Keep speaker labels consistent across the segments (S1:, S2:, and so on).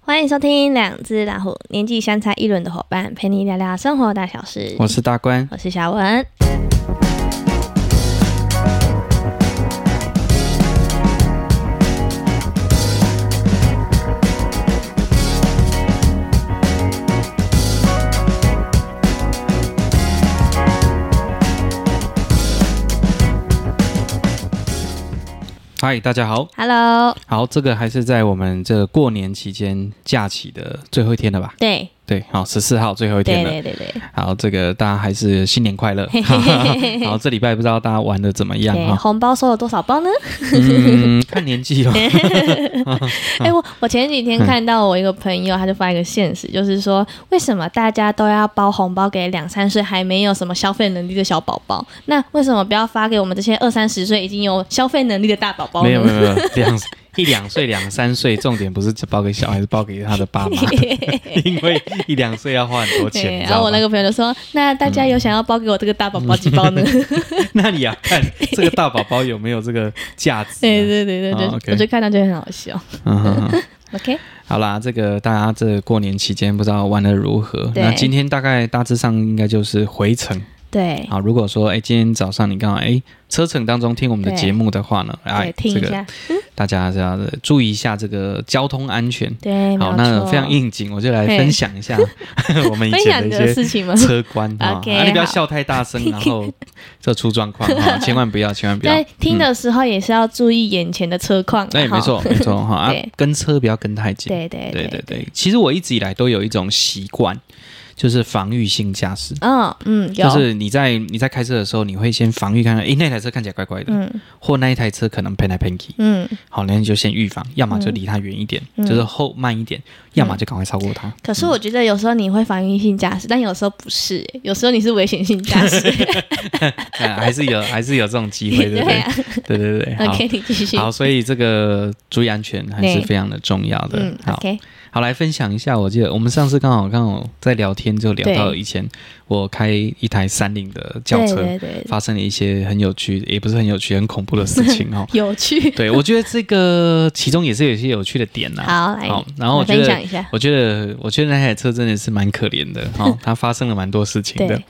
S1: 欢迎收听《两只老虎》，年纪相差一轮的伙伴，陪你聊聊生活大小事。
S2: 我是大官，
S1: 我是小文。
S2: 嗨，大家好。
S1: Hello，
S2: 好，这个还是在我们这个过年期间假期的最后一天了吧？
S1: 对
S2: 对，好，十四号最后一
S1: 对
S2: 天了。
S1: 对对对，
S2: 好，这个大家还是新 年快乐。好，这礼拜不知道大家玩的怎么样
S1: 对
S2: 哈？
S1: 哎红包收了多少 包呢？
S2: 嗯，看年 纪了。
S1: 哎、
S2: 嗯
S1: 我我前几天看到我一个朋友，他就发一个现实，就是说为什么大家都要包红包给两三岁还没有什么消费能力的小宝宝？那为什么不要发给我们这些二三十岁已经有消费能力的大宝宝呢？
S2: 没有没有没有，两一两岁、两三岁，重点不是包给小孩，是包给他的 爸妈，因为一两岁要花很多钱。
S1: 对，
S2: 你知
S1: 哎然
S2: 道
S1: 后
S2: 吗
S1: 我那个朋友就说：“那大家有想要包给我这个大宝宝几包呢？”
S2: 嗯那你要看这个大宝宝有没有这个价值、啊。
S1: 对对对对对，
S2: 哦，OK
S1: 我就看到觉得很好笑。
S2: 嗯哼哼
S1: OK，
S2: 好啦，这个大家这过年期间不知道玩的如何？
S1: 对
S2: 那今天大概大致上应该就是回程
S1: 对
S2: 好，如果说哎今天早上你刚好哎车程当中听我们的
S1: 对
S2: 节目的话呢，哎
S1: 对，听
S2: 这
S1: 一
S2: 个
S1: 下，
S2: 大家是要注意一下这个交通安全。
S1: 对，
S2: 好，
S1: 没有
S2: 那
S1: 错
S2: 非常应景，我就来分享一下 我们以
S1: 分享
S2: 前
S1: 你
S2: 的
S1: 的
S2: 一些
S1: 事情吗？
S2: 车关啊，
S1: OK，
S2: 啊你不要
S1: 好
S2: 笑太大声，然后这出状况 哈，千万不要，千万不要
S1: 在。听的时候也是要注意眼前的车况啊。
S2: 对，没
S1: 哈
S2: 错，没错哈，啊
S1: 对，
S2: 跟车不要跟太近。
S1: 对对
S2: 对对对，其实我一直以来都有一种习惯，就是防御性驾驶，
S1: 嗯嗯，有
S2: 就是你在你在开车的时候，你会先防御看看，诶，那台车看起来怪怪的，
S1: 嗯
S2: 或那一台车可能喷来喷去，
S1: 嗯，
S2: 好，那你就先预防，要么就离它远一点，
S1: 嗯
S2: 就是后慢一点，要么就赶快超过它。
S1: 可是我觉得有时候你会防御性驾驶，但有时候不是，有时候你是危险性驾 驶。啊
S2: 哎还是有还是有这种机会，对 不
S1: 对
S2: 对
S1: 啊？
S2: 对对对，好。
S1: ，OK，你继续。
S2: 好，所以这个注意安全还是
S1: 对
S2: 非常的重要的。
S1: 嗯
S2: 好，
S1: ，OK，
S2: 好，来分享一下。我记得我们上次刚好刚好在聊天，就聊到
S1: 对
S2: 以前我开一台三菱的轿
S1: 对
S2: 车，
S1: 对对，。
S2: 发生了一些很有趣，也不是很有趣，很恐怖的事情哦
S1: 有趣。
S2: 对，我觉得这个其中也是有一些有趣的点呐、
S1: 好，来，
S2: 好，然后我
S1: 来
S2: 觉
S1: 分
S2: 得
S1: 享，一下。
S2: 我觉得，我觉得那台车真的是蛮可怜的 哦，它发生了蛮多事情的
S1: 对。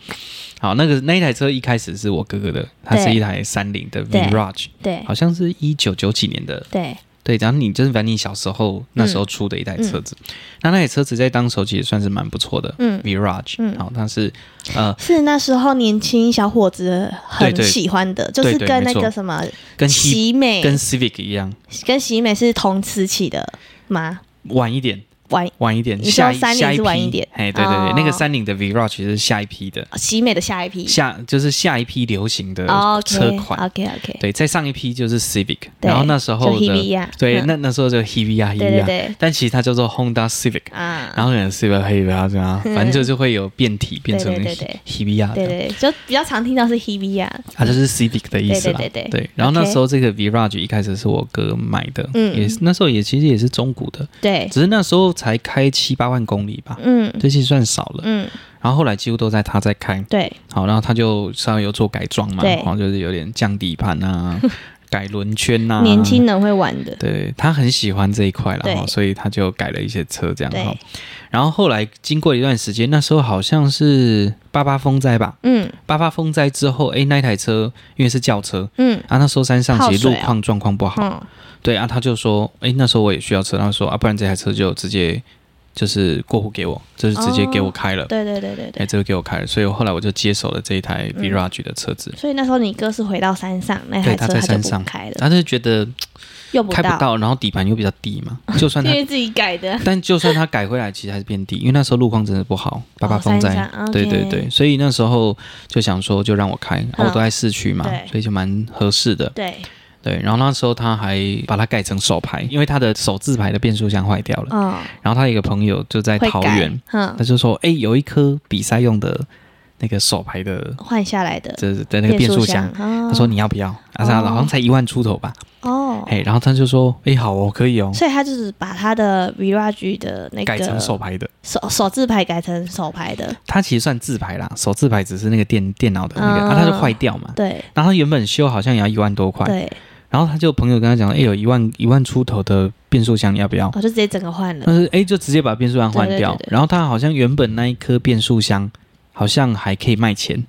S2: 好，那个那一台车一开始是我哥哥的，它是
S1: 对
S2: 一台三菱的
S1: 对
S2: Virage，
S1: 对
S2: 好像是一九九几年的
S1: 对，
S2: 对，然后你就是反正你小时候那时候出的一台车子，那那台车子在当时候其实算是蛮不错的、
S1: 嗯，
S2: v i r a g
S1: 嗯
S2: e 好、它是呃
S1: 是那时候年轻小伙子
S2: 对
S1: 很
S2: 对
S1: 喜欢的，
S2: 对
S1: 就是
S2: 对
S1: 跟
S2: 没
S1: 那
S2: 错
S1: 个什么
S2: 跟西
S1: 喜美
S2: 跟 Civic 一样，
S1: 跟喜美是同时期的吗？
S2: 晚一点，
S1: 晚
S2: 晚一点，
S1: 你说
S2: 下一
S1: 三菱
S2: 下一
S1: 是
S2: 批，
S1: 晚一点
S2: 哎，对对对，
S1: 哦
S2: 那个三菱的 Virage 是下一批的，
S1: 喜美的下一批
S2: 下就是下一批流行的车款。
S1: 哦 OK OK，
S2: 对，再上一批就是 Civic，
S1: 对
S2: 然后那时
S1: 就
S2: 候
S1: h e v
S2: 的
S1: i 啊，
S2: 对，
S1: 嗯
S2: 那那时候就 Hevia
S1: 对对
S2: Hevia，
S1: 对
S2: 啊但其实它叫做 Honda Civic，
S1: 啊，
S2: 然后可能 Civic Hevia 啊这样，反正就是会有变体变成
S1: 嗯对对对
S2: Hevia 这
S1: 对对，
S2: 样。
S1: 对就比较常听到是 h e v i 啊，
S2: 它就是 Civic 的意思啦。
S1: 对对对对
S2: 然后那
S1: OK
S2: 时候这个 Virage 一开始是我哥买的，
S1: 嗯
S2: 也是那时候也其实也是中古的，
S1: 对，
S2: 只是那时候才开七八万公里吧，
S1: 嗯
S2: 这其实算少了。
S1: 嗯，
S2: 然后后来几乎都在他在开，
S1: 对
S2: 好，然后他就稍微有做改装嘛，
S1: 对
S2: 然后就是有点降底 盘啊，改轮圈呐、啊，
S1: 年轻。人会玩的，
S2: 对他很喜欢这一块啦，
S1: 对
S2: 哈所以他就改了一些车这样
S1: 对
S2: 哈。然后后来经过一段时间，那时候好像是八八风灾吧，
S1: 嗯
S2: 八八风灾之后，诶，那一台车因为是轿车，
S1: 嗯
S2: 啊，那时候山上其实
S1: 泡水
S2: 路
S1: 啊
S2: 况状况不好，
S1: 嗯，
S2: 对啊，他就说，哎、那时候我也需要车，他说啊，不然这台车就直接就是过户给我，就是直接
S1: 哦
S2: 给我开了，
S1: 对对对对
S2: 哎、
S1: 对，
S2: 这个给我开了，所以我后来我就接手了这一台 Virage 的车子，
S1: 所以那时候你嗯哥是回到山上，那台
S2: 对
S1: 车
S2: 他在山
S1: 就不
S2: 上
S1: 开了，
S2: 他就觉得
S1: 用不
S2: 开不
S1: 到，
S2: 到，然后底盘又比较低嘛，就算
S1: 因
S2: 他。
S1: 为自己改的，
S2: 但就算他改回来，其实还是变低，因为那时候路况真的不好，八八
S1: 哦
S2: 风灾，
S1: 山上
S2: 对
S1: OK
S2: 对对，所以那时候就想说就让我开，啊、我
S1: 嗯
S2: 都在市区嘛
S1: 对，
S2: 所以就蛮合适的。
S1: 对，
S2: 对，然后那时候他还把它改成手排，因为他的手自排的变速箱坏掉了。
S1: 嗯，
S2: 然后他有一个朋友就在
S1: 会
S2: 桃
S1: 改
S2: 园，，
S1: 嗯，
S2: 他就说：“哎、有一颗比赛用的那个手排的，
S1: 换下来的
S2: 这的那个变速箱。”
S1: 他
S2: 他说：“你要不要？”啊，他好像才一万出头吧。
S1: 嗯哦，
S2: 哎、然后他就说：“哎、好哦，可以哦，
S1: 所以他就是把他的 Virage 的那个
S2: 改成手排的。
S1: 手手字牌改成手牌的，
S2: 他其实算自排啦，手自排只是那个电电脑的那
S1: 嗯
S2: 个，啊，它就坏掉嘛。
S1: 对
S2: 然后他原本修好像也要一万多块，
S1: 对
S2: 然后他就朋友跟他讲，哎、有一万一万出头的变速箱，你要不要？
S1: 我哦就直接整个换了
S2: 但，是哎、就直接把变速箱换
S1: 嗯对对
S2: 掉。
S1: 对对
S2: 然后他好像原本那一颗变速箱好像还可以卖钱，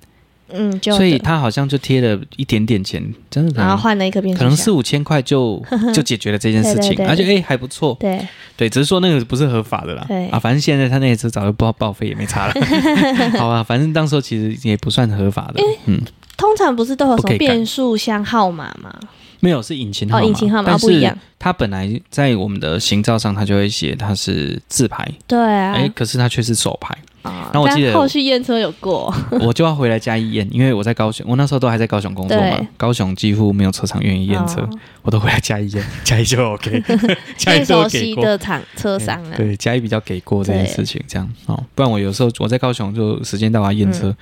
S1: 嗯，就
S2: 所以他好像就贴了一点点钱，真的可
S1: 然后
S2: 能
S1: 换了一个变速
S2: 可
S1: 箱，
S2: 能四五千 块就就解决了这件事情
S1: 对对，对
S2: 而且哎还不错，
S1: 对，
S2: 对，只是说那个不是合法的啦
S1: 对，
S2: 啊，反正现在他那个车早就报报废也没 差了，好吧，反正当时候其实也不算合法的，嗯，
S1: 通常不是都有
S2: 不
S1: 什
S2: 可以
S1: 么
S2: 改
S1: 变速箱号码吗？
S2: 没有是引擎号
S1: 哦，
S2: 码，
S1: 引擎号码
S2: 但
S1: 哦不一
S2: 是
S1: 样，
S2: 它本来在我们的行照上它就会写它是自排，
S1: 对啊
S2: 哎，，可是它却是手排，
S1: 啊
S2: 然后我记得
S1: 但后续验车有过，
S2: 我就要回来嘉义验，因为我在高雄，我那时候都还在高雄工作嘛
S1: 对，
S2: 高雄几乎没有车厂愿意验车，
S1: 哦
S2: 我都回来嘉义验，嘉义就 OK，嘉
S1: 最
S2: 义都
S1: 熟
S2: 有
S1: 悉
S2: 给过。哎
S1: 的厂车商啊，
S2: 对，嘉义比较给过这件事情，这样哦，不然我有时候我在高雄就时间到啊验车，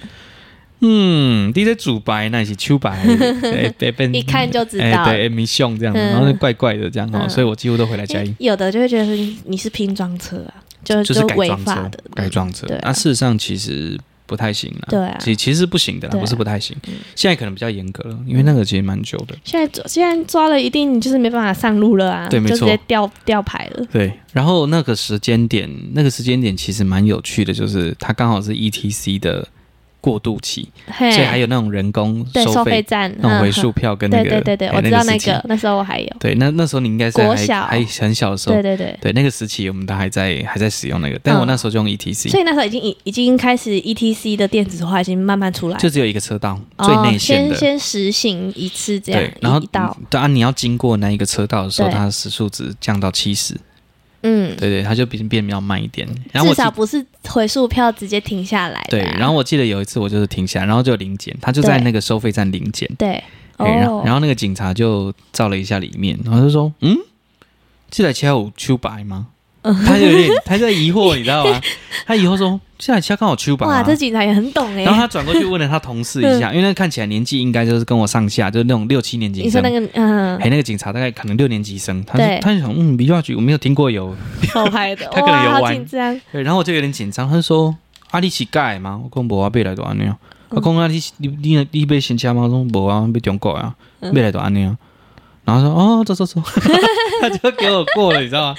S2: 嗯，DJ 主白那是 秋白，哎哎被
S1: 一看就知
S2: 哎
S1: 道。
S2: 对，迷凶这样，
S1: 嗯
S2: 然后怪怪的这样哦，
S1: 嗯
S2: 所以我几乎都回来
S1: 因
S2: 嘉
S1: 为
S2: 义，
S1: 有的就会觉得说你你是拼装车啊，就
S2: 就是改
S1: 违
S2: 装
S1: 法
S2: 车
S1: 的，
S2: 改装车
S1: 对，啊
S2: 啊，事实上其实不太行啦，
S1: 对啊
S2: 其其实不行的啦，
S1: 对啊
S2: 不是不太行
S1: 嗯，
S2: 现在可能比较严格了，因为那个其实蛮久的，
S1: 现在抓现在抓了一定你就是没办法上路了啊，
S2: 对没
S1: 就
S2: 错
S1: 直接掉掉牌了。
S2: 对，然后那个时间点，那个时间点其实蛮有趣的，就是它刚好是 ETC 的过渡期，
S1: 嘿，
S2: 所以还有那种人工
S1: 哎对收费
S2: 费
S1: 站
S2: 那种回
S1: 嗯
S2: 数票跟那
S1: 对
S2: 个，
S1: 对对对，
S2: 哎
S1: 我知道那
S2: 时期
S1: 个，那时候我还有，
S2: 对，那那时候你应该是
S1: 国
S2: 还
S1: 小
S2: 还很小的时候，
S1: 对对对，
S2: 对那个时期我们都还在还在使用那个，但我那时候就用 E ETC，、
S1: 所以那时候已经已已经开始 E T C 的电子化已经慢慢出来，
S2: 就只有一个车道、
S1: 哦
S2: 最内线的。
S1: 先先实行一次这样
S2: 对，，然后
S1: 一一道，
S2: 对啊，你要经过那一个车道的时候，
S1: 对
S2: 它的时速值降到七十，
S1: 嗯，
S2: 对对，它就变变比较慢一点。然后
S1: 至
S2: 我记
S1: 少不是回数票直接停下来
S2: 对
S1: 的啊，，
S2: 然后我记得有一次我就是停下，然后就零检，他就在
S1: 对
S2: 那个收费站零检，
S1: 对，
S2: 哎然后
S1: 哦
S2: 然，后那个警察就照了一下里面，然后就说：“嗯，这台车有秋白吗？”
S1: 嗯
S2: 他就 有点他在疑惑，你知道吗？他疑惑说：“这台车刚好秋白、
S1: 哇，
S2: 啊
S1: 这。警察也很懂”
S2: 然后
S1: 哎，
S2: 他转过去问了他同事 一下，因为那看起来年纪应该就是跟我上下，就是那种六七年级
S1: 你
S2: 生
S1: 说。那个嗯
S2: 哎、，那个警察大概可能六年级生，他
S1: 对
S2: 就他就想，嗯，民调局我没有听过有
S1: 偷拍的，
S2: 他可能有
S1: 哇，好
S2: 玩
S1: 紧张，
S2: 对，然后我就有点紧张，他就说：“啊，你是盖吗？”我讲：“无啊，要来就安尼啊。”
S1: 嗯
S2: 我讲：“啊，你是你你你要新车吗？”我讲：“无啊，要中国啊，
S1: 嗯
S2: 要来就安尼啊。”然后说：“哦，走 走走。”他就给我过了，你知道吗？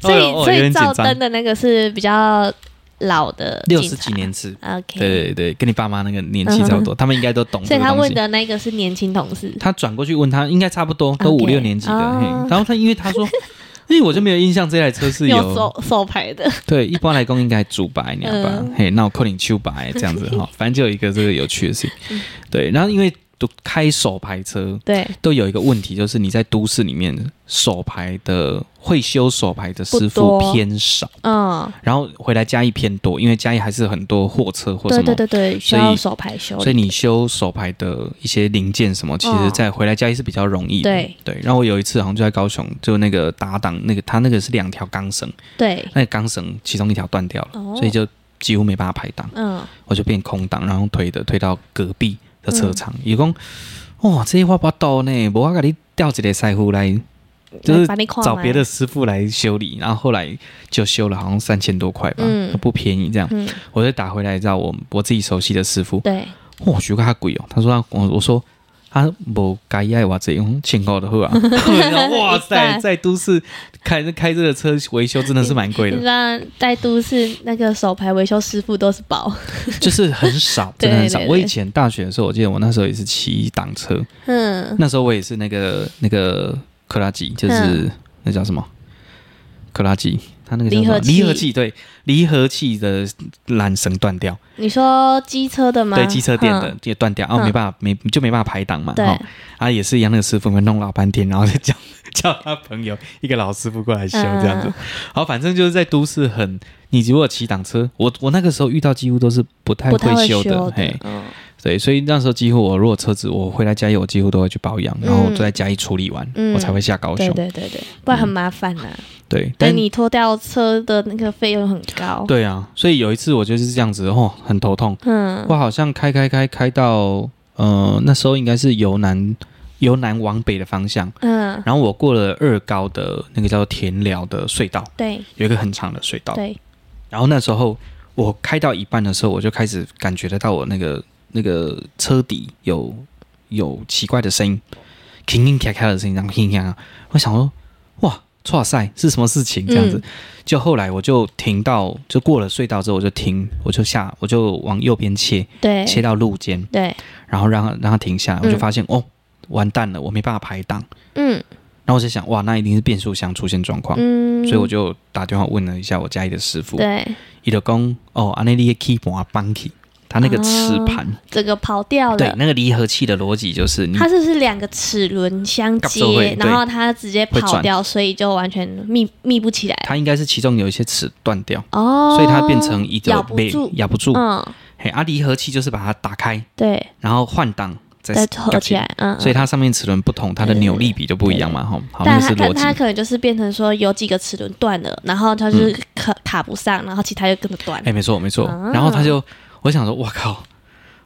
S1: 所以
S2: 哦、
S1: 所
S2: 有
S1: 以
S2: 点紧
S1: 照
S2: 张
S1: 灯，的那个是比较老的警
S2: 六
S1: 察
S2: 十几年次，
S1: ，OK，
S2: 对对对，跟你爸妈那个年纪差不多，他们应该都懂
S1: 所
S2: 这
S1: 以
S2: 个
S1: 他
S2: 东
S1: 问
S2: 西。
S1: 的那个是年轻同事，
S2: 他转过去问他，应该差不多都
S1: OK，
S2: 五六年级的。嘿
S1: 哦
S2: 然后他因为他说， 因为我就没有印象这台车是有
S1: 手手牌 的，
S2: 对，一般来讲应该主白你吧，
S1: 嗯
S2: 嘿，那我扣你秋白这样子 哈，反正就有一个这个有趣的事
S1: 嗯
S2: 情。对，然后因为都开手牌车
S1: 对，
S2: 都有一个问题，就是你在都市里面手牌的会修手牌的师
S1: 不
S2: 傅
S1: 多
S2: 偏少，
S1: 嗯，
S2: 然后回来嘉义偏多，因为嘉义还是很多货车或什
S1: 对
S2: 么
S1: 对。对对，需
S2: 所以
S1: 要手牌修理，
S2: 所以你修手牌的一些零件什么，其实
S1: 哦
S2: 在回来嘉义是比较容易的。
S1: 对
S2: 对，然后我有一次好像就在高雄，就那个搭档，那个他那个是两条钢绳，
S1: 对，
S2: 那个钢绳其中一条断掉了，
S1: 哦
S2: 所以就几乎没办法排档，
S1: 嗯，
S2: 我就变空档，然后推的推到隔壁的车厂，
S1: 嗯
S2: 伊讲、哇，这些话不多呢，无我给你调一个师傅来就是
S1: 来把你看
S2: 找
S1: 嘛
S2: 别的，师傅来修理，然后后来就修了好像三千多块吧，
S1: 嗯
S2: 不便宜这样，
S1: 嗯，
S2: 我就打回来找我我自己熟悉的师傅，
S1: 对，
S2: 哇，学个他贵哦，他说他我我说。他无该爱我这用请 我的货啊！我说哇塞，在都市开开这个车维修真的是蛮贵
S1: 你
S2: 的
S1: 知，道在都市那个手牌维修师傅都是宝，
S2: 就是很少，
S1: 对
S2: 真的很少。
S1: 对对
S2: 我以前大学的时候，我记得我那时候也是骑一档车，
S1: 嗯，
S2: 那时候我也是那个那个克拉吉，就是、
S1: 嗯
S2: 那叫什么克拉吉，它那个叫什
S1: 离
S2: 么
S1: 合器
S2: 离合器，对，离合器的缆绳断掉，
S1: 你说机车的吗？
S2: 对，机车店的
S1: 嗯
S2: 也断掉，啊，
S1: 嗯
S2: 没办法，没就没办法排档嘛，
S1: 对
S2: 哈，啊，也是一样，那个师傅们弄老半天，然后再叫 叫他朋友一个老师傅过来修这样子
S1: 嗯，
S2: 好，反正就是在都市很。你如果骑档车，我我那个时候遇到几乎都是不太
S1: 不太
S2: 会
S1: 会
S2: 修的，
S1: 的
S2: 嘿，，
S1: 嗯，
S2: 对，所以那时候几乎我如果车子我回来嘉义，我几乎都会去保养，然后我就在嘉义处理完，
S1: 嗯
S2: 我才会下高雄
S1: 对。对对对，不然很麻烦啊呐。
S2: 对
S1: 但
S2: 但
S1: 你拖掉车的那个费用很高，
S2: 对啊，所以有一次我就是这样子，哦，很头痛。
S1: 嗯，
S2: 我好像开开开开到呃那时候应该是由南由南往北的方向，
S1: 嗯，
S2: 然后我过了二高的那个叫做田寮的隧道，
S1: 对
S2: 有一个很长的隧道。
S1: 对，
S2: 然后那时候我开到一半的时候，我就开始感觉得到我那个那个车底有有奇怪的声音，停停咔咔的声音，然后停停啊。我想说，哇，哇塞，是什么事情这样
S1: 嗯
S2: 子？就后来我就停到，就过了隧道之后，我就停，我就下，我就往右边切，
S1: 对
S2: 切到路肩，
S1: 对，
S2: 然后让它让它停下来，我就
S1: 哎嗯
S2: 发现、哦，完蛋了，我没办法排档。
S1: 嗯
S2: 然后我就想，哇，那一定是变速箱出现状况，
S1: 嗯，
S2: 所以我就打电话问了一下我家里的师傅，
S1: 对
S2: 伊就讲，哦，安内利的 keyboard 崩起，它那个齿盘，
S1: 这个跑掉
S2: 对，嗯
S1: 了。
S2: 那个离合器的逻辑就是你
S1: 它是不是两个齿轮相
S2: 搞错
S1: 接
S2: 会，
S1: 然后它直接
S2: 会
S1: 跑
S2: 转
S1: 掉，所以就完全密密不起来
S2: 它应该是其中有一些齿断掉，
S1: 哦，
S2: 所以它变成一
S1: 咬
S2: 个
S1: 不
S2: 被
S1: 住
S2: 咬不住。
S1: 嗯，
S2: 嘿，啊，离合器就是把它打开，
S1: 对，
S2: 然后换挡再
S1: 再合起来，，嗯，
S2: 所以它上面齿轮不同，它的扭力比就不一样嘛，吼，好，那
S1: 但
S2: 个
S1: 它
S2: 是
S1: 它
S2: 逻辑
S1: 它。可能就是变成说有几个齿轮断了，然后它就是卡卡不上，然后其他就跟着断。
S2: 嗯哎，没错没错
S1: 啊。
S2: 然后他就，我想说，我靠，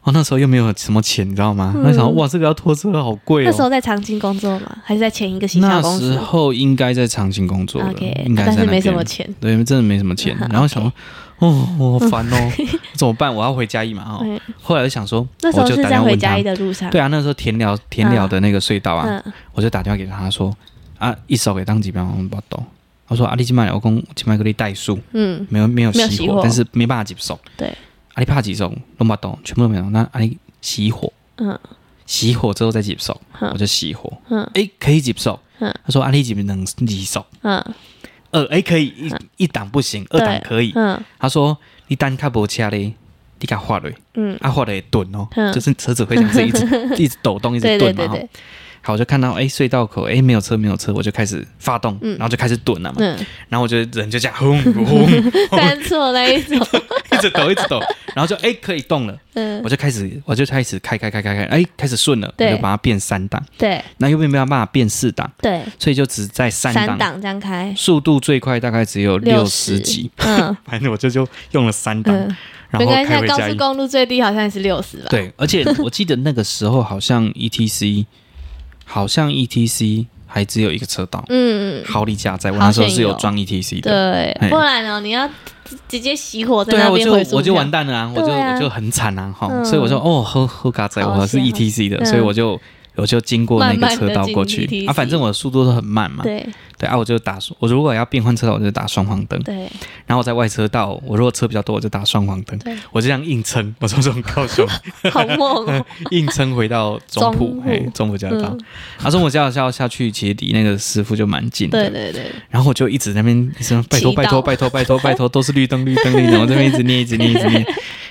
S2: 哦，那时候又没有什么钱，你知道吗？
S1: 嗯
S2: 我想说，哇，这个要拖车好贵
S1: 那时
S2: 哦。
S1: 候在长青工作嘛，还是在前一个行销
S2: 那
S1: 公
S2: 时
S1: 司
S2: 候应该在长青工作的，
S1: ？OK，啊
S2: 应该
S1: 但
S2: 在
S1: 是
S2: 那
S1: 没什
S2: 边
S1: 么。钱。
S2: 对，真的没什 么钱
S1: OK。
S2: 然后想说，哦，我好烦哦， 怎么办？我要回嘉义嘛，哦。
S1: 嗯，
S2: 后来我想说，
S1: 那时候
S2: 我就是打电
S1: 在
S2: 话
S1: 回
S2: 问
S1: 家
S2: 他
S1: 里。的路上。
S2: 对啊，那时候田寮田寮的那个隧道啊，
S1: 嗯，
S2: 我就打电话给他说啊，一手给当几秒，我不懂。他说啊，你去买，我讲去买给你代数，
S1: 嗯
S2: 没有没有
S1: 没有
S2: 熄
S1: 熄
S2: 火
S1: 火，
S2: 但是没办法接受。
S1: 对
S2: 啊，你怕几种都不懂，全部都没有。那啊，你熄火，
S1: 嗯
S2: 熄火之后再接受，
S1: 嗯
S2: 我就熄火。
S1: 嗯
S2: 哎，可以接受。
S1: 嗯
S2: 他说啊，你几能接受？
S1: 嗯，
S2: 二哎可以一一档不行，二档
S1: 对
S2: 可以。
S1: 嗯
S2: 他说你单卡不掐嘞，你给他画嘞，
S1: 嗯，
S2: 啊画的顿哦
S1: 嗯，
S2: 就是车子会这样子 一直一直抖动，一
S1: 对
S2: 直
S1: 对
S2: 顿嘛
S1: 对
S2: 哈。
S1: 对，
S2: 好，我就看到哎隧道口哎没有车没有车，我就开始发动，
S1: 嗯
S2: 然后就开始蹲了嘛，
S1: 嗯，
S2: 然后我就人就这样轰轰
S1: 犯错那一种，
S2: 一直抖一直抖，然后就哎可以动了，
S1: 嗯
S2: 我，就开始我就开始开开开开开，哎开始顺了，我
S1: 对
S2: 就把它变三档，
S1: 对
S2: 那又没有办法变四档，
S1: 对，
S2: 所以就只在三
S1: 三
S2: 档，
S1: 档这样开，
S2: 速度最快大概只有六十
S1: 十
S2: 几，，
S1: 嗯
S2: 反正我就就用了三档，
S1: 嗯，
S2: 然
S1: 没
S2: 后
S1: 关系
S2: 开
S1: 啊，
S2: 回
S1: 高
S2: 家
S1: 速。公路最低好像也是六十吧？
S2: 对，而且我记得那个时候好像 E T C，好像 E T C 还只有一个车道，
S1: 嗯，嗯
S2: 好利加在，我
S1: 好
S2: 那时候
S1: 像
S2: 是有
S1: 有
S2: 装 E T C 的。
S1: 对
S2: 嘿，
S1: 不然呢，你要直直接熄火在
S2: 对啊，
S1: 那
S2: 我
S1: 边
S2: 就
S1: 回宿
S2: 我就
S1: 票
S2: 完蛋了啊，我就
S1: 对啊
S2: 我就很惨啊哈，
S1: 嗯
S2: 所以我说哦，喝喝嘎仔，
S1: 好
S2: 我是
S1: 险
S2: E T C 的，
S1: 嗯
S2: 所以我就我就经过那
S1: 慢慢
S2: 个
S1: 地
S2: 车道过
S1: 进
S2: 去
S1: ETC
S2: 啊，反正我的速度都很慢嘛，
S1: 对
S2: 对啊，我就打我如果要变换车道，我就打双黄灯，
S1: 对
S2: 然后我在外车道，我如果车比较多，我就打双黄灯
S1: 对，
S2: 我就这样硬撑，我从这种高雄
S1: 好猛哦，
S2: 硬撑回到中
S1: 中
S2: 埔
S1: 埔，
S2: 哎，中埔交流道
S1: 嗯，
S2: 啊，中埔交流道下去其实离那个师傅就蛮近的
S1: 对，对对，
S2: 然后我就一直在那边一直拜托
S1: 祈祷
S2: 拜托拜 托拜托拜托，都是绿灯绿灯绿灯，我这边一直念一直念一直念，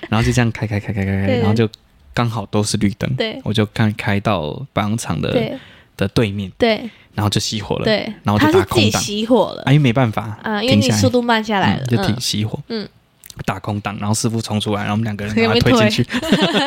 S2: 然后就这样开开开开开开，
S1: 对
S2: 然后就刚好都是绿灯，
S1: 对
S2: 我就看开到保养厂的
S1: 对
S2: 的对面，
S1: 对
S2: 然后就熄火了，
S1: 对，
S2: 然后
S1: 他
S2: 就是打
S1: 自己
S2: 空档，
S1: 熄火了
S2: 啊，因为没办法
S1: 啊，因为
S2: 停
S1: 你
S2: 下来
S1: 速度慢下来了
S2: 嗯，就停
S1: 嗯
S2: 熄火，
S1: 嗯
S2: 打空档，然后师傅冲出来，然后我们 两个人
S1: 给
S2: 把
S1: 我
S2: 他
S1: 们
S2: 推进去，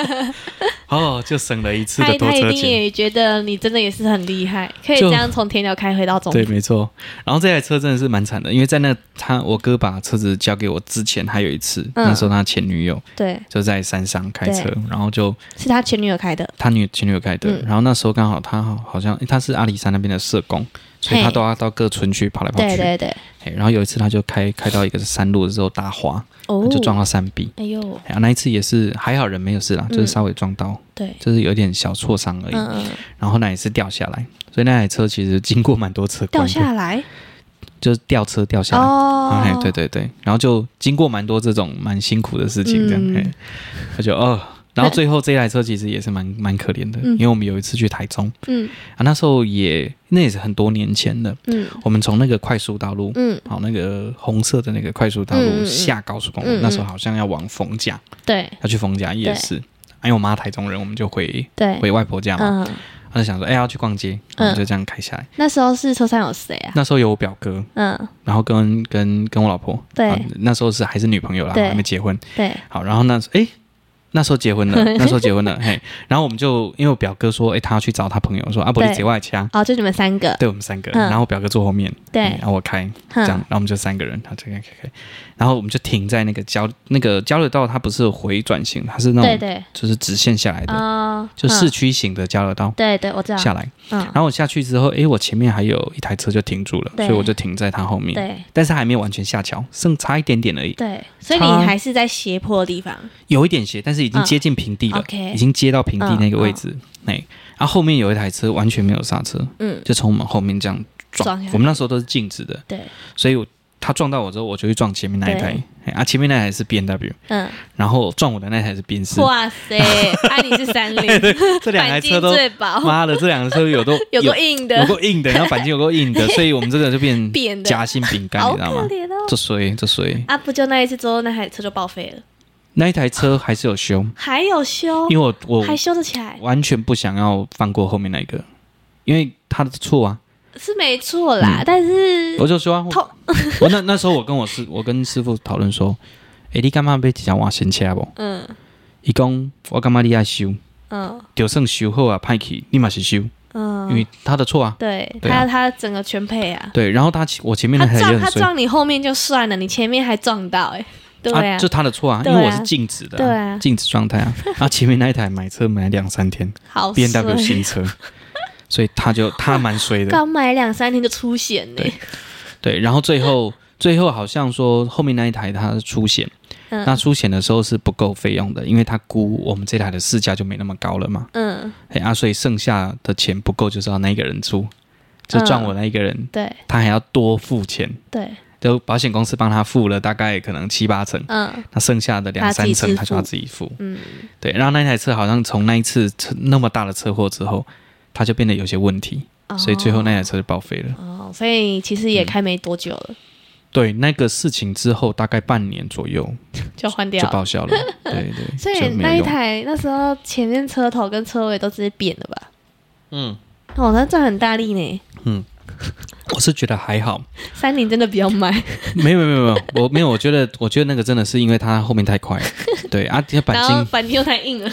S2: 哦，就省了一次
S1: 他
S2: 的多
S1: 他
S2: 车
S1: 一定
S2: 钱。
S1: 也觉得你真的也是很厉害，可以
S2: 就
S1: 这样从田寮开回到中
S2: 对，没错。然后这台车真的是蛮惨的，因为在那他我哥把车子交给我之前，还有一次，
S1: 嗯
S2: 那时候他前女友
S1: 对，
S2: 就在山上开车
S1: 对，
S2: 然后就是
S1: 他前女友开的，
S2: 他女前女友开的，
S1: 嗯
S2: 然后那时候刚好他好好像诶他是阿里山那边的社工，所以他
S1: 嘿
S2: 都要到各村去跑来跑去。
S1: 对对对，
S2: 嘿然后有一次他就开开到一个山路的时候打滑，
S1: 哦，
S2: 就撞到山壁。
S1: 哎呦，
S2: 哎呀，那一次也是还好人没有事啦，就是
S1: 嗯
S2: 稍微撞到，
S1: 对，
S2: 就是有点小挫伤而已。
S1: 嗯嗯，
S2: 然后那也是掉下来，所以那台车其实经过蛮多车
S1: 掉
S2: 关的
S1: 下来
S2: 就是掉车掉下来。
S1: 哦
S2: 哎，，对对对，然后就经过蛮多这种蛮辛苦的事情，这样，
S1: 嗯
S2: 哎，我就哦，然后最后这台车其实也是蛮蛮可怜的，
S1: 嗯
S2: 因为我们有一次去台中
S1: 嗯
S2: 啊，那时候也那也是很多年前的，
S1: 嗯
S2: 我们从那个快速道路，
S1: 嗯，
S2: 好那个红色的那个快速道
S1: 嗯嗯
S2: 路
S1: 嗯
S2: 下高速公
S1: 嗯嗯，
S2: 路那时候好像要往逢甲，
S1: 对
S2: 要去逢甲夜
S1: 对
S2: 市，啊因为我妈台中人，我们就回
S1: 对，
S2: 回外婆家嘛，
S1: 嗯，
S2: 她就想说，哎，要去逛街，我们就这样开下来。
S1: 那时候是车上有谁啊？
S2: 那时候有我表哥，
S1: 嗯，
S2: 然后跟跟跟我老婆，
S1: 对
S2: 啊那时候是还是女朋友啦，
S1: 对
S2: 还没结婚。
S1: 对，
S2: 好，然后那时哎，那时候结婚了， 那时候结婚了，嘿，然后我们就因为我表哥说，哎，他要去找他朋友，说阿伯
S1: 对
S2: 你姐外家，
S1: 哦，就你们三个，
S2: 啊对我们三个，
S1: 嗯
S2: 然后我表哥坐后面，嘿
S1: 对嗯
S2: 然，后我开，这
S1: 哼
S2: 样，然后我们就三个人，然后这个开开，然后我们就停在那个交那个交流道，它不是有回转型，它是那
S1: 对
S2: 种
S1: 对，
S2: 就是直线下来的，
S1: 啊，
S2: 就
S1: 嗯
S2: 市，区型的交流道
S1: 对对，我知道，
S2: 下来，
S1: 嗯，
S2: 然后我下去之后，哎，我前面还有一台车就停住了，所
S1: 对
S2: 以我就停在他后面，
S1: 对
S2: 但是还没有完全下桥，剩差一点点而已，
S1: 对，所以你还是在斜坡的地方，
S2: 有一点斜，但是已经接近平地了，
S1: 嗯，OK
S2: 已经接到平地那个位置，哎、然后后面有一台车完全没有刹车，
S1: 嗯，
S2: 就从我们后面这样撞
S1: 撞下，去
S2: 我们那时候都是静止的，
S1: 对，
S2: 所以我他撞到我之后，我就去撞前面那一台
S1: 对，
S2: 哎啊，前面那台是 B N W，
S1: 嗯，
S2: 然后撞我的那台是宾士，
S1: 哇塞，爱你是三菱，
S2: 这 两
S1: 钣
S2: 台车
S1: 金
S2: 都
S1: 最薄，
S2: 妈的，这两台车有都
S1: 有个硬
S2: 有
S1: 的，
S2: 够硬的，然后钣金有够 硬的，所以我们这个就变
S1: 扁的
S2: 夹心饼干，
S1: 好
S2: 你知
S1: 可
S2: 道吗？
S1: 怜哦。
S2: 这衰这衰，
S1: 啊，不就那一次之后，那台车就报废了，
S2: 那一台车还是有修，
S1: 还有修，
S2: 因为我我
S1: 嗯还修得起来，
S2: 完全不想要放过后面那一个，因为他的错啊，
S1: 是没错啦。
S2: 嗯
S1: 但是
S2: 我就说、啊，
S1: 痛
S2: 我 我那那时候我跟我师我跟师傅讨论说，诶，你干嘛被几条瓦先车不？
S1: 嗯
S2: 伊讲我干嘛你爱修，
S1: 嗯
S2: 就算修好啊，派去你嘛是修，因
S1: 嗯，
S2: 为他的错啊。
S1: 对
S2: 对啊
S1: 他他整个全配啊，
S2: 对，然后他其我前面
S1: 他
S2: 那台也
S1: 撞
S2: 很
S1: 他
S2: 衰
S1: 撞你后面就算了，你前面还撞到哎，对啊
S2: 就，他的错啊，
S1: 对
S2: 因
S1: 啊
S2: 为我是静止的、
S1: 对啊
S2: 静止状态啊。然后前面那一台买车买了两三天
S1: 好
S2: ，B N
S1: 衰
S2: W 新车，所以他就他蛮衰的。
S1: 刚买两三天就出险呢
S2: 对，对，然后最后最后好像说后面那一台它是出险，
S1: 嗯
S2: 那出险的时候是不够费用的，因为他估我们这台的市价就没那么高了嘛，
S1: 嗯，
S2: 哎啊，所以剩下的钱不够就是要那一个人出，就赚我那一个人，
S1: 对
S2: 他还要多付钱，
S1: 对，
S2: 就保险公司帮他付了大概可能七八成。
S1: 嗯
S2: 那剩下的两三成，
S1: 他自己支付
S2: 他就要自己付。
S1: 嗯
S2: 对，然后那台车好像从那一次车那么大的车祸之后，他就变得有些问题，
S1: 哦
S2: 所以最后嗯那台车就报废了。
S1: 哦，所以其实也开没多久了，
S2: 对，那个事情之后大概半年左右，
S1: 就换掉
S2: 就
S1: 了。
S2: 报销 了。对对，
S1: 所
S2: 就
S1: 以
S2: 没有
S1: 那一
S2: 用
S1: 台那时候前面车头跟车尾都直接扁了吧？
S2: 嗯
S1: 哦，那赚很大力呢。
S2: 嗯，我是觉得还好，
S1: 三菱真的不要买，
S2: 没有没有没有没有，我没有，我觉得我觉得那个真的是因为它后面太 快了，对啊，这钣
S1: 然后
S2: 金，
S1: 钣金又太硬了，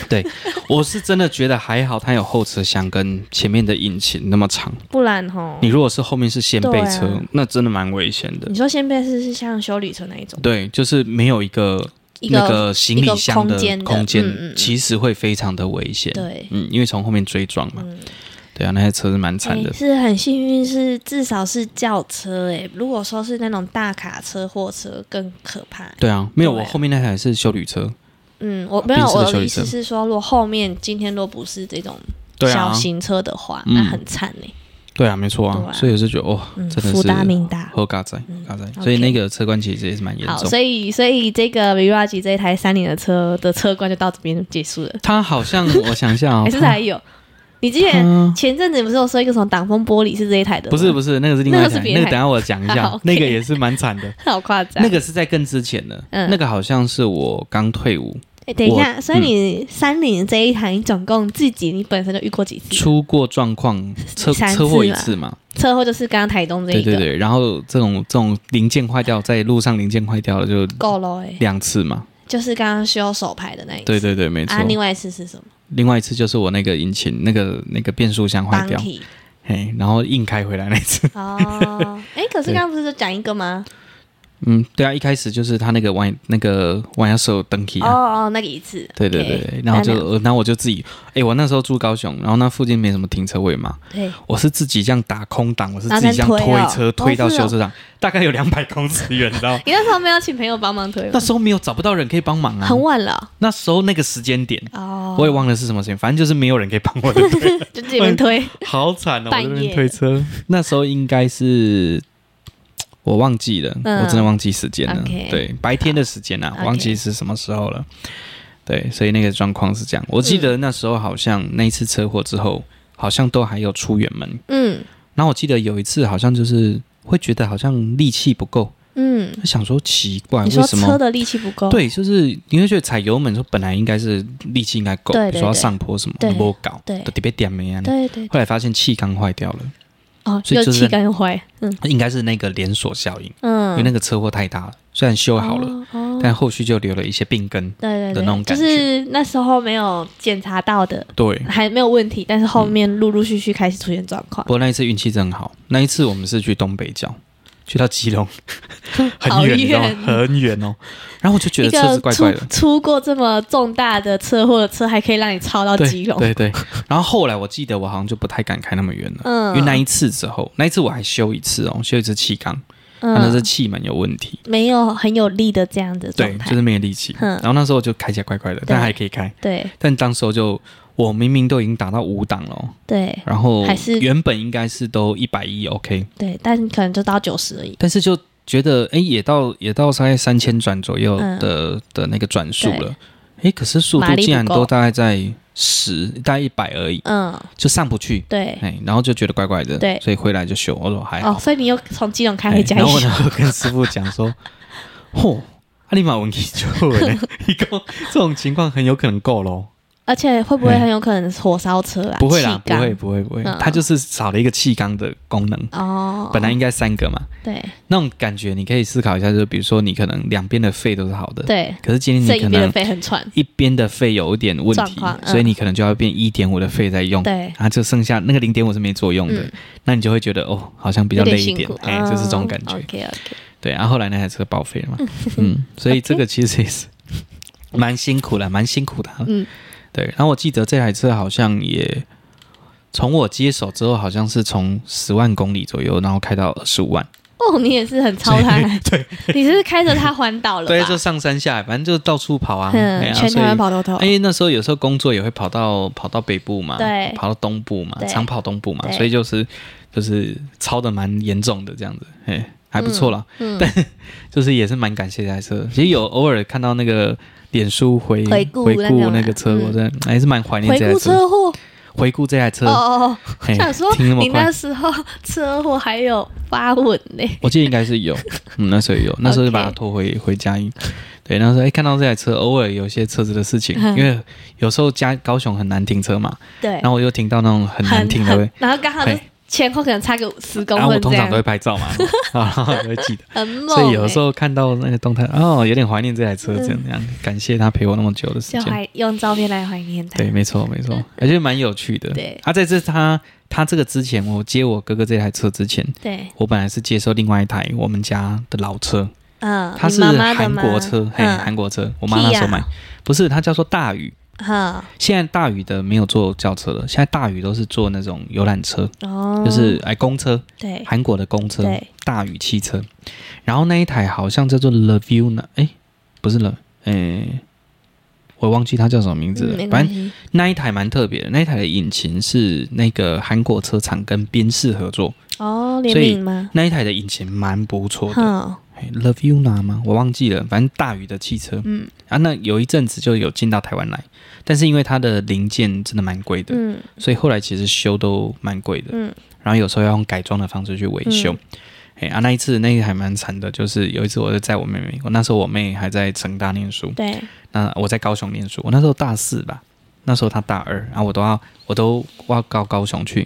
S2: 我是真的觉得还好，它有后车厢跟前面的引擎那么长，
S1: 不然吼
S2: 你，如果是后面是掀背车，
S1: 对啊
S2: 那真的蛮危险的
S1: 你。说掀背式是像修理车那一种，
S2: 对，就是没有一个
S1: 一
S2: 那
S1: 个
S2: 个行李箱
S1: 一个空间的嗯
S2: 空
S1: 嗯
S2: 间，
S1: 嗯
S2: 其实会非常的危险。
S1: 对，
S2: 嗯，因为从后面追撞嘛
S1: 嗯，
S2: 对啊，那台车是蛮惨
S1: 哎
S2: 的。
S1: 是很幸运，是至少是轿车哎、如果说是那种大卡车、货车更可怕、
S2: 对啊，没有，
S1: 对
S2: 我
S1: 啊
S2: 后面那台是修旅车，
S1: 嗯，我没有
S2: 啊宾士的
S1: 我
S2: 修
S1: 的
S2: 理
S1: 意
S2: 车
S1: 思是说，如果后面今天若不是这种
S2: 对
S1: 小
S2: 啊，
S1: 型车的话，
S2: 嗯
S1: 那很惨哎、
S2: 对啊，没错
S1: 对
S2: 啊，
S1: 啊
S2: 所以我是觉得哇，
S1: 嗯，
S2: 真的
S1: 福大
S2: 是
S1: 命大。
S2: 后嘎仔，嘎仔，
S1: OK
S2: 所以那个车关其实也是蛮严
S1: 好，
S2: 重。
S1: 所以所以这个 Mirage 这一台三菱的车的车冠就到这边结束了，
S2: 他好像我想一下啊
S1: 还，是还有？你之前
S2: 它
S1: 前阵子不是有说一个什么挡风玻璃是这一台的吗？
S2: 嗯不是不是，那个是另外一
S1: 那个
S2: 台，
S1: 是别
S2: 那
S1: 台
S2: 个等一下我讲一下
S1: 好，，OK
S2: 那个也是蛮惨 的。
S1: 好夸张。
S2: 那个是在更之前的，
S1: 嗯
S2: 那个好像是我刚退伍
S1: 哎，等一
S2: 我嗯
S1: 下，所以你三菱这一台，你总共自己你本身就遇过几次？
S2: 出过状况，车
S1: 三次
S2: 车祸一
S1: 嘛
S2: 次嘛，
S1: 车祸就是刚刚台东这
S2: 对
S1: 一
S2: 对
S1: 个，
S2: 对，然后这种这种零件坏掉，在路上零件坏掉了就
S1: 够了哎，
S2: 两次嘛，
S1: 就是刚刚修手牌的那一次。
S2: 对对对，没错
S1: 啊，。另外一次是什么？
S2: 另外一次就是我那个引擎那个那个变速箱坏
S1: 帮
S2: 掉，
S1: 体
S2: 嘿，然后硬开回来那一次。
S1: 哦， 哎，可是
S2: 对
S1: 刚刚不是就讲一个吗？
S2: 嗯，对啊，一开始就是他那个弯那个弯要手登起啊。
S1: 哦哦，那个一次。
S2: 对对
S1: OK
S2: 对，对然后就
S1: 那
S2: 呃然后我就自己，哎，我那时候住高雄，然后那附近没什么停车位嘛，
S1: 对，
S2: 我是自己这样打空档，我是
S1: 然
S2: 自
S1: 后
S2: 己这样
S1: 再推
S2: 推
S1: 哦
S2: 车
S1: 哦
S2: 推到
S1: 是哦？
S2: 修车厂，大概有两百公尺远，你知道吗
S1: 你那时候没有请朋友帮忙推吗
S2: 那？时候没有找不到人可以帮忙啊，
S1: 很晚了
S2: 那时候那个时间点，
S1: 哦，
S2: 我也忘了是什么时间，反正就是没有人可以帮 我的推，
S1: 就自己们推。
S2: 好惨哦！我
S1: 半
S2: 这
S1: 夜
S2: 边推车，那时候应该是我忘记了，
S1: 嗯
S2: 我真的忘记时间了。
S1: OK
S2: 对，白天的时间啊，
S1: 好
S2: 我忘记
S1: OK
S2: 是什么时候了。对，所以那个状况是这样。我记得那时候好像那一次车祸之后，好像都还有出远门。
S1: 嗯
S2: 然后我记得有一次好像就是会觉得好像力气不够，
S1: 嗯，
S2: 想说奇怪
S1: 你
S2: 为
S1: 说
S2: 什么
S1: 车的力气不够？
S2: 对，就是你会觉得踩油门的时候，本来应该是力气应该够，
S1: 对
S2: 比
S1: 对
S2: 如说要
S1: 对
S2: 上坡什么，
S1: 对
S2: 没搞，
S1: 对
S2: 都特别点没啊。
S1: 对对，
S2: 后来发现气缸坏掉了，
S1: 哦，
S2: 所以
S1: 又
S2: 就是
S1: 气缸又坏。嗯
S2: 应该是那个连锁效应，因
S1: 嗯，
S2: 为那个车祸太大了，虽然修好了，
S1: 哦哦
S2: 但后续就留了一些病根。
S1: 对对
S2: 的
S1: 对，
S2: 那种感觉嗯
S1: 就是那时候没有检查到的，
S2: 对，
S1: 还没有问题，但是后面陆陆续续开始出现状况
S2: 不，过那一次运气真好，那一次我们是去东北角，去到基隆，很
S1: 好
S2: 远，你知道
S1: 远
S2: 吗？很远哦。然后我就觉
S1: 一
S2: 得车
S1: 个
S2: 子怪
S1: 出
S2: 怪的。
S1: 出过这么重大的车祸的车，还可以让你超到
S2: 对
S1: 基隆，
S2: 对对，然后后来我记得我好像就不太敢开那么远了，
S1: 嗯
S2: 因为那一次之后，那一次我还修一次哦，修一次气缸，他那是气门有问题，
S1: 嗯没有很有力的这样的
S2: 对
S1: 状，态，
S2: 就是没有力气。
S1: 嗯
S2: 然后那时候就开起来怪怪的，但还可以开。
S1: 对
S2: 但当时候就我明明都已经打到五档了哦，
S1: 对
S2: 然后
S1: 还是
S2: 原本应该是都一百一 OK，
S1: 对，但可能就到九十而已。
S2: 但是就觉得哎、诶也到也到大概三千转左右
S1: 嗯
S2: 的、的那个转速了，哎、可是速
S1: 马
S2: 度
S1: 力不
S2: 竟然
S1: 够
S2: 都大概在十，大概一百而已，
S1: 嗯，
S2: 就上不去。
S1: 对
S2: 哎，然后就觉得怪怪的，
S1: 对
S2: 所以回来就修。我说还好，
S1: 哦，所以你又从基隆开回家
S2: 哎然后我
S1: 义，
S2: 就跟师傅讲 说，嚯、啊你嘛文气就会，一共这种情况很有可能够咯。
S1: 而且会不会
S2: 哎
S1: 很有可能是火烧车啊？
S2: 不会啦，
S1: 气
S2: 不
S1: 缸
S2: 会，不会，不会
S1: 嗯，
S2: 它就是少了一个气缸的功能。
S1: 哦，
S2: 本来应该三个嘛，
S1: 对
S2: 那种感觉你可以思考一下，就是比如说你可能两边的肺都是好的，
S1: 对，
S2: 可是今天
S1: 这
S2: 你
S1: 一
S2: 可
S1: 边的
S2: 能
S1: 肺很喘，
S2: 一边的肺有一点问
S1: 状
S2: 题
S1: 况，嗯
S2: 所以你可能就要变一点五的肺在用，
S1: 对，
S2: 啊，就剩下那个零点五是没作用的
S1: 嗯，
S2: 那你就会觉得哦，好像比较
S1: 有
S2: 累一
S1: 辛
S2: 点
S1: 苦，，嗯
S2: 哎，就是这种感觉。
S1: OK OK，
S2: 对，啊然后后来那台车报废了嘛，嗯，所以这个其实也是蛮辛苦的，蛮辛苦的。啊
S1: 嗯，
S2: 对。然后我记得这台车好像也从我接手之后，好像是从十万公里左右，然后开到二十五万，
S1: 哦，你也是很超他，
S2: 对，
S1: 你是不是开着它环岛了
S2: 对，
S1: 吧？
S2: 就上山下海，反正就到处跑啊，哎
S1: 嗯，
S2: 呀
S1: 全台湾。
S2: 所以
S1: 跑透透，
S2: 因为哎那时候有时候工作也会跑到跑到北部嘛，
S1: 对
S2: 跑到东部嘛，
S1: 对
S2: 常跑东部嘛，
S1: 对
S2: 所以就是就是超的蛮严重的这样子，嘿，还不错啦。
S1: 嗯，
S2: 就是也是蛮感谢这台车。其实有偶尔看到那个脸书回
S1: 回顾
S2: 回
S1: 那
S2: 顾
S1: 个
S2: 那个车，
S1: 嗯
S2: 我真的哎还是蛮怀念
S1: 回
S2: 这台
S1: 顾
S2: 车。
S1: 车祸，
S2: 回顾这台车，
S1: 哦哦
S2: 嘿
S1: 哦，想说
S2: 听那么
S1: 你那
S2: 快，
S1: 时候 车祸还有发文呢，
S2: 我记得应该是有，嗯，那时候有，那时 候就把它拖回回嘉义。对，那时候哎，看到这台车，偶尔有一些车子的 事情，
S1: 嗯
S2: 因为有时候嘉高雄很难停车嘛，
S1: 对
S2: 然，后我又停到那种很难停的位
S1: 哎很，然后刚好就
S2: 嘿
S1: 前后可能差个十公
S2: 然后我
S1: 分这
S2: 通常都会
S1: 样，
S2: 拍 照嘛， 然后我就会记得。
S1: 很猛欸。
S2: 所以有时候看到那个动态，哦，有点怀念这台车，怎
S1: 嗯
S2: 样？感谢他陪我那么久的时
S1: 就
S2: 间。
S1: 怀用照片来怀念他，
S2: 对，没错，没错，而且蛮有趣的。
S1: 对
S2: 啊，在这他他这个之前，我接我哥哥这台车之前，
S1: 对，
S2: 我本来是接受另外一台我们家的老车，
S1: 嗯，
S2: 它
S1: 你
S2: 是
S1: 妈妈的
S2: 韩
S1: 吗
S2: 国车，嘿，韩
S1: 嗯，
S2: 国车，我妈那时候
S1: Kia
S2: 买，不是，它叫做大宇。
S1: 哈，
S2: 现在大宇的没有坐轿车了，现在大宇都是坐那种游览车，
S1: 哦，
S2: 就是哎公车，
S1: 对
S2: 韩国的公车，
S1: 对，
S2: 大宇汽车。然后那一台好像叫做 Levuna，哎，不是 Le，哎，我忘记它叫什么名字了，
S1: 嗯没
S2: 反
S1: 关
S2: 正
S1: 系，
S2: 那一台蛮特别的，那一台的引擎是那个韩国车厂跟宾士合作，
S1: 哦，联
S2: 所以
S1: 名吗？
S2: 那一台的引擎蛮不错的。
S1: 哼，
S2: 哎 Love Yuna 吗？我忘记了，反正大宇的汽车
S1: 嗯
S2: 啊，那有一阵子就有进到台湾来，但是因为它的零件真的蛮贵的，
S1: 嗯
S2: 所以后来其实修都蛮贵的，
S1: 嗯
S2: 然后有时候要用改装的方式去维修。哎、啊，那一次那个还蛮惨的，就是有一次我就载我妹妹，我那时候我妹还在成大念书，
S1: 对，
S2: 那我在高雄念书，我那时候大四吧，那时候他大二，然后我都要我都我要到高雄去，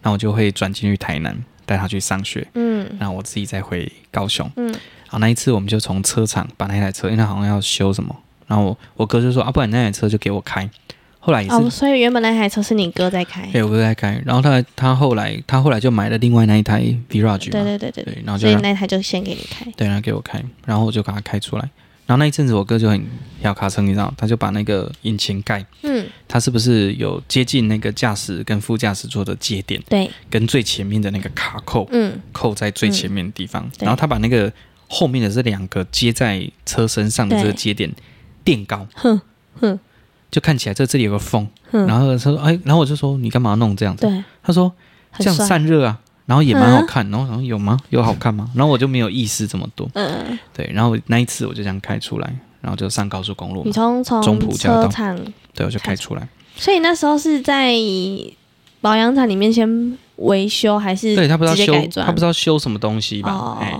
S2: 然后我就会转进去台南带他去上学，
S1: 嗯
S2: 然后我自己再回高雄。
S1: 嗯
S2: 然后那一次我们就从车厂把那台车，因为他好像要修什么，然后我我哥就说啊，不然那台车就给我开。后来也是，
S1: 哦，所以原本那台车是你哥在开，
S2: 对，我哥在开。然后他他后来他后来就买了另外那一台 Virage 嘛，
S1: 对对对对对，
S2: 对然后就
S1: 所以
S2: 让
S1: 那台就先给你开，
S2: 对，然后给我开，然后我就把它开出来。然后那一阵子我哥就很要卡车，你知道，他就把那个引擎盖
S1: 嗯，
S2: 它是不是有接近那个驾驶跟副驾驶座的接点，
S1: 对，
S2: 跟最前面的那个卡扣
S1: 嗯
S2: 扣在最前面的地方，
S1: 对
S2: 然后他把那个后面的这两个接在车身上的这个接点垫高，
S1: 哼哼
S2: 就看起来这这里有个缝，
S1: 哼，
S2: 然后他说，哎，然后我就说你干嘛弄这样子？
S1: 对，
S2: 他说
S1: 很
S2: 嗯这样
S1: 帅，嗯
S2: 散热啊。然后也蛮好看，然后然后有吗？有好看吗？ 然后我就没有意识这么多，
S1: 嗯，
S2: 对。然后那一次我就这样开出来，然后就上高速公路
S1: 你
S2: 嘛，
S1: 从从
S2: 中埔驾
S1: 车
S2: 到
S1: 厂，
S2: 对，我就开出来。
S1: 所以那时候是在保养厂里面先维修还是
S2: 对他不知道
S1: 直接
S2: 修
S1: 改，装
S2: 他不知道修什么东西吧
S1: 哦？
S2: 哎、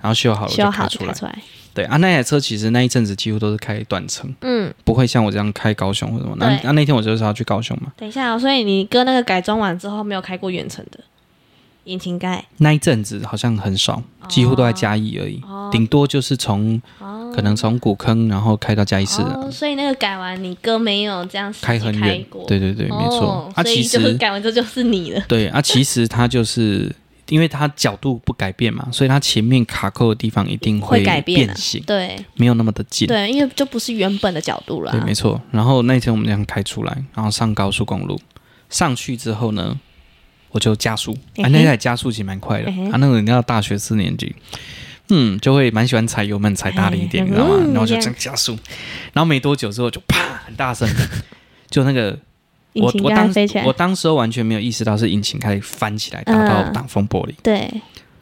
S2: 然后修好了
S1: 修
S2: 就
S1: 好
S2: 开
S1: 就
S2: 出
S1: 开
S2: 来。
S1: 出来，
S2: 对啊，那台车其实那一阵子几乎都是开短程，
S1: 嗯，
S2: 不会像我这样开高雄或什么。那啊
S1: 对
S2: 那、那天我就是要去高雄嘛，
S1: 等一下哦，所以你哥那个改装完之后没有开过远程的引擎盖，
S2: 那一阵子好像很少，几乎都在嘉义而已，
S1: 哦
S2: 顶多就是从
S1: 哦，
S2: 可能从古坑然后开到嘉义市、
S1: 哦，所以那个改完你哥没有这样实际
S2: 啊开很远
S1: 过，。
S2: 对对对，没错。
S1: 哦
S2: 啊，
S1: 所
S2: 其
S1: 以就是
S2: 实
S1: 改完之后就是你了。
S2: 对啊，其实它就是。因为它角度不改变嘛，所以它前面卡扣的地方一定
S1: 会改变啊
S2: 变形，
S1: 对
S2: 没有那么的近。
S1: 对，啊因为就不是原本的角度啦
S2: 对，。没错。然后那一天我们这样开出来，然后上高速公路，上去之后呢，我就加速。啊，
S1: 嗯哼
S2: 那台加速其实蛮快的。
S1: 嗯哼
S2: 啊，那个人家大学四年级，嗯，就会蛮喜欢踩油门踩大力一点，
S1: 哎
S2: 你知道吗？
S1: 嗯
S2: 然后就
S1: 这样
S2: 这样加速，然后没多久之后就啪很大声，就那个
S1: 引
S2: 我
S1: 擎
S2: 我
S1: 盖
S2: 当
S1: 飞起来
S2: 我，当时候完全没有意识到是引擎开始翻起来打到
S1: 嗯
S2: 挡风玻璃。
S1: 对，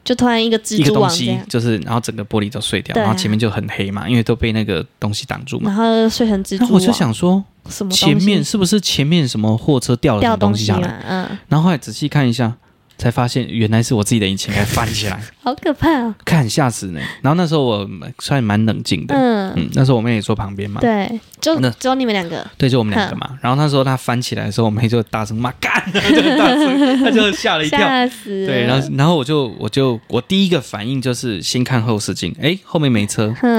S1: 就突然一个蜘
S2: 一个
S1: 蛛
S2: 东
S1: 网这
S2: 西
S1: 样，
S2: 就是，然后整个玻璃都碎掉，
S1: 对啊
S2: 然后前面就很黑嘛，因为都被那个东西挡住嘛。
S1: 然后睡成嗯蜘蛛
S2: 然
S1: 网。
S2: 后我就想说，
S1: 什么东西
S2: 前面是不是前面什么货车掉了什
S1: 掉
S2: 么
S1: 东
S2: 东西下
S1: 嘛
S2: 来？，
S1: 嗯，
S2: 然后后来仔细看一下，才发现原来是我自己的引擎盖翻起来，
S1: 好可怕哦，
S2: 看吓死呢。然后那时候我嗯算蛮冷静的，
S1: 嗯，
S2: 嗯，那时候我妹也坐旁边嘛，
S1: 对，嗯就
S2: 那
S1: 只有你们两个，
S2: 对，就我们两个嘛。然后那时候她翻起来的时候，我妹就大声骂干，就很大声，她就吓了一跳。
S1: 吓死了，
S2: 对，然后然后我就我就我第一个反应就是先看后视镜，诶，后面没车。
S1: 哼，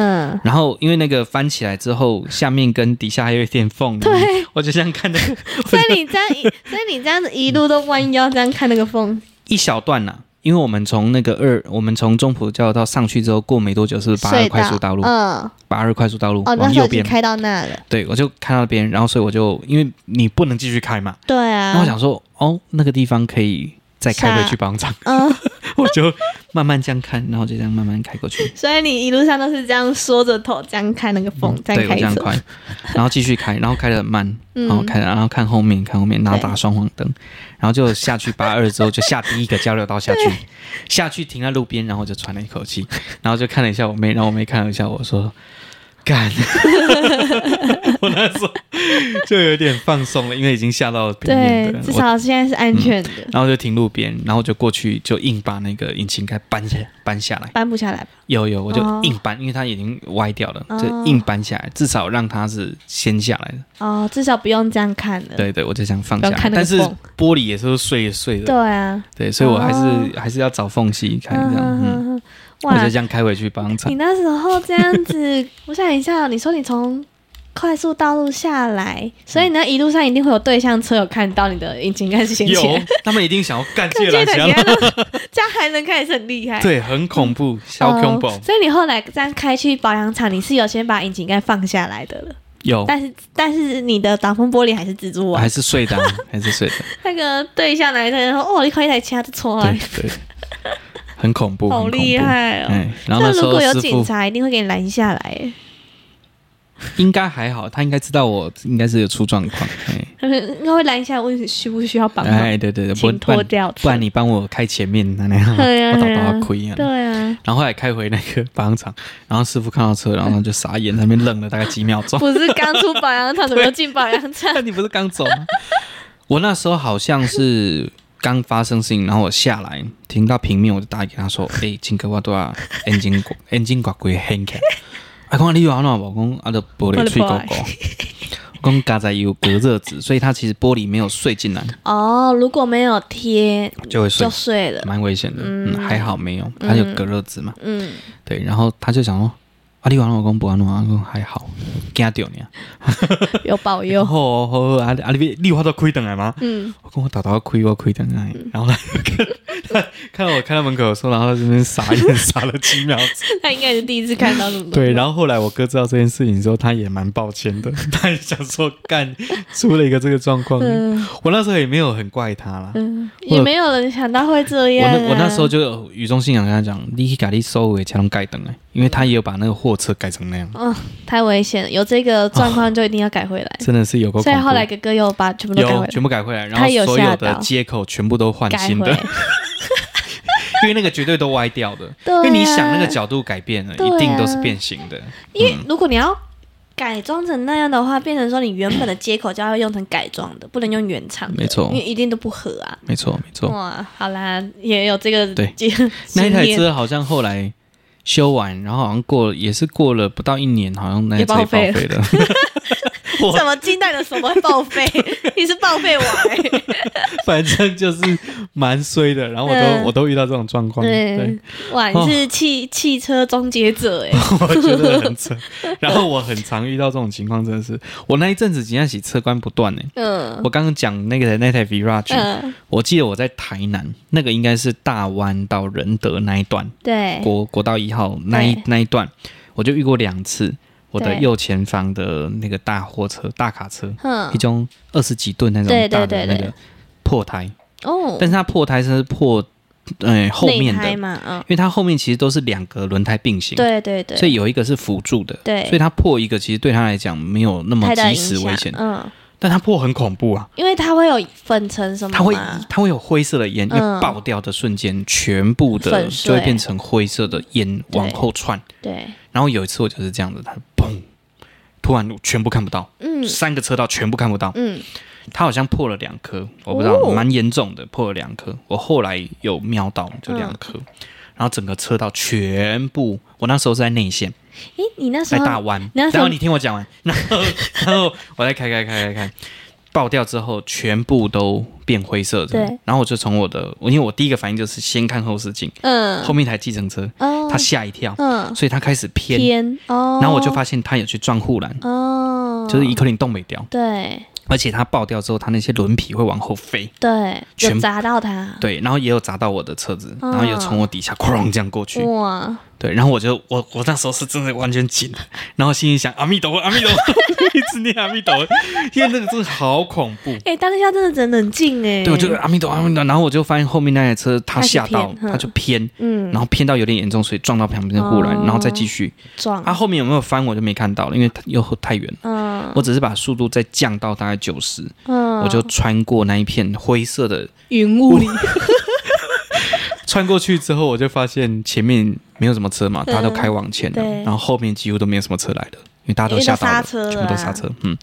S2: 然后因为那个翻起来之后，下面跟底下还有一点缝，
S1: 对，
S2: 我就这样看着
S1: 所以你这样一，所以你这样子一路都弯腰这样看那个缝，
S2: 一小段呐、因为我们从那个二，我们从中普教到上去之后，过没多久是不是八二
S1: 隧
S2: 快速道路？
S1: 嗯，
S2: 八二快速道路、
S1: 哦，那
S2: 往
S1: 时候已
S2: 右
S1: 经
S2: 边，
S1: 开到那了，
S2: 对我就看到那边，然后所以我就因为你不能继续开嘛，
S1: 对
S2: 然后
S1: 啊
S2: 我，想说，哦，那个地方可以再开回去保养厂，
S1: 嗯，
S2: 我就慢慢这样看，然后就这样慢慢开过去，
S1: 所以你一路上都是这样缩着头这样看那个缝，这
S2: 嗯对
S1: 样
S2: 我
S1: 开
S2: 这样
S1: 车，
S2: 开， 然后继续开，然后开的很慢，
S1: 嗯
S2: 然后开，然后看后面，看后面，然后
S1: 对
S2: 打双黄灯，然后就下去八二之后，就下第一个交流道下去，下去停在路边，然后就喘了一口气，然后就看了一下我妹，然后我妹看了一下我说，干， 我那时候就有点放松了，因为已经下到平
S1: 对
S2: 面的，，
S1: 至
S2: 我嗯
S1: 少现在是安全的，
S2: 然后就停路边，然后就过去就硬把那个引擎盖搬下搬下来，
S1: 搬不下来吧，
S2: 有有，我就
S1: 哦
S2: 硬搬，因为它已经歪掉了，
S1: 哦
S2: 就硬搬下来，至少让它是先下来的。
S1: 哦，至少不用这样看了，
S2: 对对，我就想放
S1: 不
S2: 下
S1: 要
S2: 来，
S1: 呃看那个
S2: 但是
S1: 缝
S2: 玻璃也是碎碎的，
S1: 对啊，
S2: 对，所以我还是、
S1: 哦
S2: 还是要找缝隙看这样，嗯，
S1: 嗯，
S2: 我
S1: 哇
S2: 就这，样开回去帮厂
S1: 你，那时候这样 子，我想一下哦，你说你从快速道路下来，所以呢，一路上一定会有对向车有看到你的引擎盖是先
S2: 嗯有
S1: 前，
S2: 他们一定想要干这
S1: 这
S2: 个
S1: 的
S2: 啦，
S1: 你
S2: 想
S1: 看
S2: 要
S1: 到这样还能看也是很厉害。
S2: 对，很恐怖，小恐怖
S1: 哦，所以你后来这样开去保养厂，你是有先把引擎盖放下来的了，
S2: 有
S1: 但是但是你的挡风玻璃还是蜘蛛网
S2: 哦还。是 碎的啊，还是碎的，
S1: 那个对向来的人说：“哦，你可以来掐着戳来
S2: 对，对，很恐 怖，
S1: 好
S2: 很恐
S1: 厉
S2: 怖。
S1: 害哦！”
S2: 哎，然后那时
S1: 如
S2: 候
S1: 果有
S2: 师
S1: 警
S2: 傅
S1: 察，一定会给你拦下来。哎
S2: 应该还好，他应该知道我应该是有出状况。哎，
S1: 他们应该会拦下来问你需不需要帮忙。
S2: 哎，对对对，不
S1: 啊请
S2: 然不
S1: 脱
S2: 然
S1: 掉车，
S2: 不然你帮我开前面那那样，
S1: 对啊
S2: 我倒
S1: 对啊
S2: 倒亏啊。
S1: 对啊，
S2: 然后后来开回那个保养厂，然后师傅看到车，然后他就傻眼，在那边愣了大概几秒钟。
S1: 不是刚出保养厂，怎么又进保养厂？
S2: 你不是刚走吗？我那时候好像是刚发生事情，然后我下来停到平面，我就打给 他说：“哎、欸，请给我多少眼睛挂眼睛挂鬼掀起来。”啊，看你有安怎无？讲啊，就玻璃碎狗狗。 我讲加在有隔热纸，所以它其实玻璃没有碎进来，
S1: 哦，如果没有贴
S2: 就会碎
S1: 就，碎了。
S2: 蛮危险的。嗯，还好没有，它有隔热纸嘛。
S1: 嗯，
S2: 对，然后他就想说，啊，你完了，我讲不安怎，我讲还好，惊到你啊。
S1: 有保
S2: 然
S1: 佑。
S2: 后，好好啊，啊，你别你有法都开灯来吗？
S1: 嗯，
S2: 我跟我打打开，我开灯来，然后他就看他看到我开到门口的时候，然后他这边傻眼 傻了几秒。
S1: 他应该是第一次看到什么？
S2: 对，然后后来我哥知道这件事情之后，他也蛮抱歉的， 他也想说干出了一个这个状况，
S1: 嗯
S2: 我那时候也没有很怪他啦。
S1: 嗯，也没有人想到会这
S2: 我
S1: 样啊。
S2: 那我那时候就语重心长跟他讲，你去把你收尾才能盖灯哎，因为他也有把那个货车改成那样，
S1: 嗯，太危险了，有这个状况就一定要改回来。
S2: 真的是有个。
S1: 所以后来哥哥又把全部都改
S2: 有
S1: 回
S2: 全部改回来，然
S1: 他
S2: 后
S1: 有
S2: 所
S1: 吓
S2: 有的
S1: 到
S2: 接口全部都换
S1: 改
S2: 新
S1: 回
S2: 的， 因为那个绝对都歪掉的。
S1: 对
S2: 因
S1: 啊，
S2: 为你想那个角度改变了，
S1: 对啊
S2: 一定都是变形的。
S1: 因
S2: 嗯
S1: 为如果你要改装成那样的话，变成说你原本的接口就要用成改装的，不能用原厂的，
S2: 没错
S1: 因为一定都不合啊。
S2: 没错，没错。
S1: 哇，好啦，也有这个
S2: 对
S1: 经
S2: 那一
S1: 经
S2: 台
S1: 验
S2: 车好像后来修完，然后好像过了也是过了不到一年，好像
S1: 也
S2: 那台车也
S1: 报
S2: 报
S1: 废
S2: 废
S1: 了
S2: 了。 我
S1: 什么近代的什么报 废？你是报废王、欸，
S2: 反正就是蛮衰的，然后 我
S1: 嗯
S2: 都我都遇到这种状况，对哦
S1: 对，，嗯哇，你是汽、汽车终结者哎、
S2: 我觉得很扯。然后我很常遇到这种情况，真的是我那一阵子竟然洗车关不断呢。
S1: 嗯
S2: 我刚刚讲那个那台 Virage，
S1: 嗯，
S2: 我记得我在台南，那个应该是大湾到仁德那一段，
S1: 对，
S2: 国国道一号那一
S1: 哎对
S2: 那一段，我就遇过两次。我的
S1: 对
S2: 右前方的那个大货车、大卡车，
S1: 哼
S2: 一，种二十几吨那种
S1: 嗯对对
S2: 大
S1: 对
S2: 的那
S1: 对
S2: 个破胎，
S1: 哦
S2: 但，是它破胎是破呃后面的，
S1: 内胎
S2: 因
S1: 嘛，嗯，
S2: 为它后面其实都是两个轮胎并行，
S1: 对对对，
S2: 所以有一个是辅助的，
S1: 对
S2: 所以它破一个其实对他来讲没有那么
S1: 太大
S2: 及
S1: 影
S2: 时
S1: 响，
S2: 危险，
S1: 嗯，
S2: 但它破很恐怖啊，
S1: 因为它会有粉尘什么嘛，
S2: 它会它会有灰色的烟，因
S1: 嗯
S2: 为爆掉的瞬间，全部的
S1: 粉碎
S2: 就会变成灰色的烟往后窜。
S1: 对，
S2: 然后有一次我就是这样子，它砰，突然全部看不到，
S1: 嗯
S2: 三个车道全部看不到。
S1: 嗯，
S2: 它好像破了两颗，我不知道，
S1: 哦
S2: 蛮严重的，破了两颗。我后来有瞄到，就两颗。
S1: 嗯
S2: 然后整个车道全部，我那时候是在内线，
S1: 诶，你那时
S2: 在
S1: 候
S2: 大湾。
S1: 那时候
S2: 然后你听我讲完， 然后然后我再开开开开开，爆掉之后全部都变灰色的。
S1: 对。
S2: 然后我就从我的，因为我第一个反应就是先看后视镜，
S1: 嗯
S2: 后面一台计程车，
S1: 哦
S2: 他吓一跳，
S1: 嗯
S2: 所以他开始偏。
S1: 偏哦，
S2: 然后我就发现他有去撞护栏，
S1: 哦，
S2: 就是一颗零动没掉，
S1: 对
S2: 而且他爆掉之后，他那些轮皮会往后飞。
S1: 对，
S2: 全
S1: 有砸到它，
S2: 对，然后也有砸到我的车子，
S1: 嗯
S2: 然后有从我底下 哐这样过去，
S1: 哇，
S2: 对，然后我就我我那时候是真的完全紧了，然后心里想阿弥陀佛阿 弥陀佛，一直念阿弥陀佛，因为那个真的好恐怖，
S1: 诶，当下真的真冷静哎，
S2: 对，我就阿弥陀佛阿弥陀佛，然后我就发现后面那台车它
S1: 开始
S2: 吓到，
S1: 偏嗯
S2: 它就偏，
S1: 嗯
S2: 然后偏到有点严重，所以撞到旁边的护栏，
S1: 哦
S2: 然后再继续，
S1: 撞
S2: 啊，后面有没有翻我就没看到了，因为它又太远了，
S1: 嗯
S2: 我只是把速度再降到大概九十，
S1: 嗯，
S2: 我就穿过那一片灰色的
S1: 云雾里，
S2: 穿过去之后，我就发现前面没有什么车嘛，大家都开往前
S1: 嗯
S2: 了，
S1: 对
S2: 然后后面几乎都没有什么车来了，因为大家都吓到
S1: 因为
S2: 了，
S1: 都刹车了啊
S2: 全部都刹车。嗯，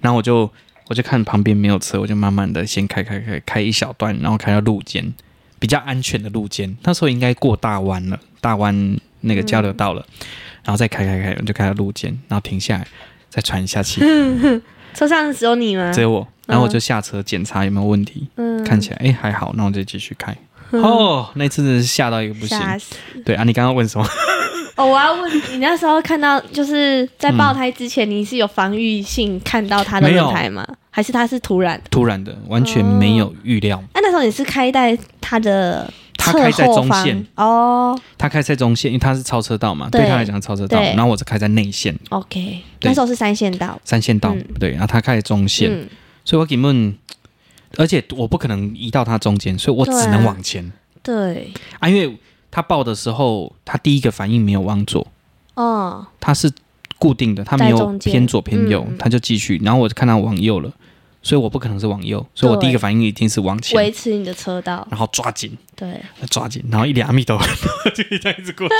S2: 然后我就我就看旁边没有车，我就慢慢的先开开开开一小段，然后开到路肩，比较安全的路肩。那时候应该过大湾了，大湾那个交流道了，
S1: 嗯
S2: 然后再开开开，我就开到路肩，然后停下来再喘一下 气，
S1: 车上只有你吗？
S2: 只有我，然后我就下车检查有没有问题，
S1: 嗯
S2: 看起来哎还好，那我就继续开。哦，那次真的是吓到一个不行，
S1: 吓死！
S2: 对啊，你刚刚问什么？
S1: 哦，我要问你，那时候看到就是在爆胎之前，你是有防御性看到它的轮胎吗？还是它是突然？
S2: 突然的，完全没有预料。
S1: 哎、那时候你是开在它的
S2: 他开在
S1: 侧后
S2: 中
S1: 方
S2: 线，
S1: 哦
S2: 他开在中线，因为他是超车道嘛，
S1: 对
S2: 对他来讲是超车道。
S1: 对
S2: 然后我是开在内线
S1: ，OK，
S2: 对
S1: 那时候是三线道，
S2: 三线道，对，然后他开在中线，
S1: 嗯，
S2: 所以我根本，而且我不可能移到他中间，所以我只
S1: 啊
S2: 能往前
S1: 对，
S2: 啊因为他爆的时候，他第一个反应没有往左，
S1: 哦，
S2: 他是固定的，他没
S1: 在
S2: 有
S1: 中间
S2: 偏左偏右，
S1: 嗯
S2: 他就继续。然后我看他往右了，所以我不可能是往右，所以我
S1: 对
S2: 第一个反应一定是往
S1: 维
S2: 前，
S1: 持你的车道，
S2: 然后抓紧。
S1: 对，
S2: 抓紧，然后一脸阿弥陀佛， 就这样一直过去。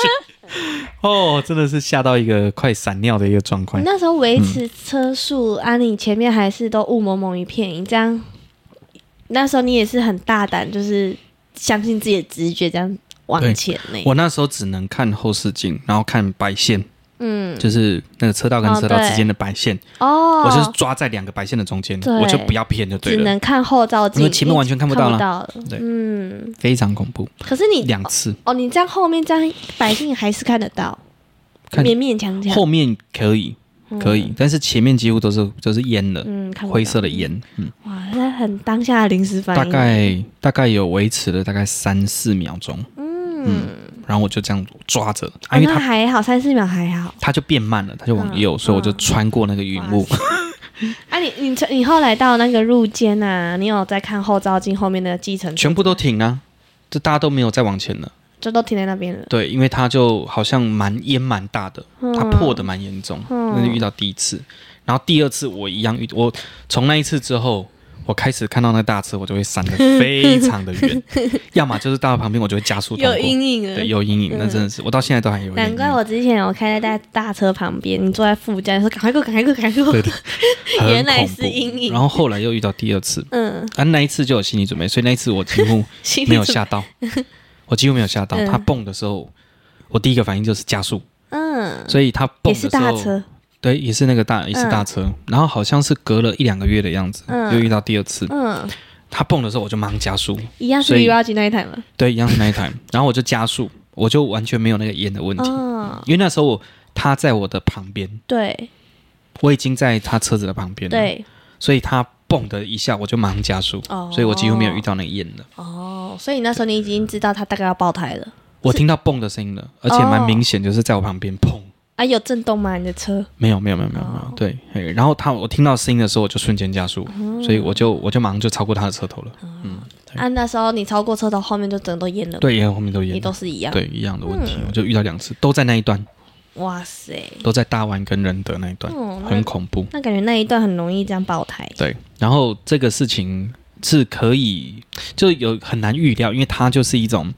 S2: 哦，真的是吓到一个快闪尿的一个状
S1: 你
S2: 况。
S1: 那时候维持车速，啊，你前面还是都雾蒙蒙一片，你这样，那时候你也是很大胆，就是相信自己的直觉，这样往
S2: 对
S1: 前呢、
S2: 我那时候只能看后视镜，然后看白线，
S1: 嗯，
S2: 就是那个车道跟车道之间的白线，
S1: 哦，
S2: 我就是抓在两个白线的中间，
S1: 对
S2: 我就不要偏就对
S1: 只
S2: 了，
S1: 能看后照
S2: 因为
S1: 镜，
S2: 前面完全看
S1: 看
S2: 不到了，
S1: 了。
S2: 对
S1: 嗯，
S2: 非常恐怖，
S1: 可是你
S2: 两次。
S1: 哦，你这样后面这样百姓还是看得到，
S2: 看
S1: 勉勉强强
S2: 后面可以可以，但是前面几乎都是都是烟了，
S1: 嗯，看不到
S2: 灰色的烟，嗯，
S1: 哇，那很当下的临时反应，
S2: 大概大概有维持了大概三四秒钟，
S1: 嗯，
S2: 然后我就这样抓着，啊
S1: 哦
S2: 因为
S1: 那
S2: 它
S1: 还好，三四秒还好。
S2: 它就变慢了，它就往右，
S1: 嗯
S2: 所以我就穿过那个云雾。
S1: 啊你，你你后来到那个入间啊，你有在看后照镜后面的继承
S2: 全部都停了、这大家都没有再往前了。
S1: 就都停在那边了。
S2: 对，因为它就好像蛮烟蛮大的，
S1: 嗯
S2: 它破的蛮严重，
S1: 嗯
S2: 那就遇到第一次。然后第二次我一样遇，我从那一次之后，我开始看到那大车，我就会闪得非常的 远，要么就是到旁边我就会加速通过。
S1: 影嗯
S2: 对，。有阴影，那真的是，我到现在都还有阴影。
S1: 难怪我之前有开在大大车旁边，你坐在副驾，你说赶快过，赶快过，赶快过
S2: 对。对，很
S1: 原来
S2: 恐怖
S1: 是阴影
S2: 然后后来又遇到第二次，
S1: 嗯，
S2: 啊，那一次就有心理准备，所以那一次我几乎
S1: 心里
S2: 没有
S1: 怎么
S2: 吓 到，我几乎没有吓到。
S1: 嗯
S2: 他蹦的时候，我第一个反应就是加速，
S1: 嗯，
S2: 所以他
S1: 也
S2: 蹦的
S1: 是
S2: 时
S1: 大
S2: 候，
S1: 车，
S2: 对，也是那个大，也是大车。然后好像是隔了一两个月的样子，
S1: 嗯
S2: 又遇到第二次。
S1: 嗯，
S2: 他蹦的时候，我就马上加速，
S1: 一样是
S2: 所以
S1: v i 那一台嘛。
S2: 对，一样是那 一台。然后我就加速，我就完全没有那个烟的问题，
S1: 哦，
S2: 因为那时候我他在我的旁边，
S1: 对
S2: 我已经在他车子的旁边了，
S1: 对，
S2: 所以他蹦的一下，我就马上加速，
S1: 哦
S2: 所以我几乎没有遇到那个烟了。
S1: 哦，所以那时候你已经知道他大概要爆胎了
S2: 我听到蹦的声音了，而且
S1: 哦
S2: 蛮明显，就是在我旁边砰。
S1: 啊？有震动吗？你的车？
S2: 没有没有没有没有
S1: 哦
S2: 没有，对。嘿然后他我听到声音的时候，我就瞬间加速，所以我就我就马上就超过他的车头了。嗯，对，
S1: 啊，那时候你超过车头，后面就整个都淹了，，
S2: 对，也后面都一
S1: 也
S2: 样
S1: 都，是一样。嗯
S2: 对一样的问题，我就遇到两次，都在那一段，
S1: 哇塞，
S2: 都在大湾跟仁德那一段，
S1: 嗯那
S2: 很恐怖。
S1: 那感觉那一段很容易这样爆胎。
S2: 对，然后这个事情是可以就有很难预料，因为它就是一种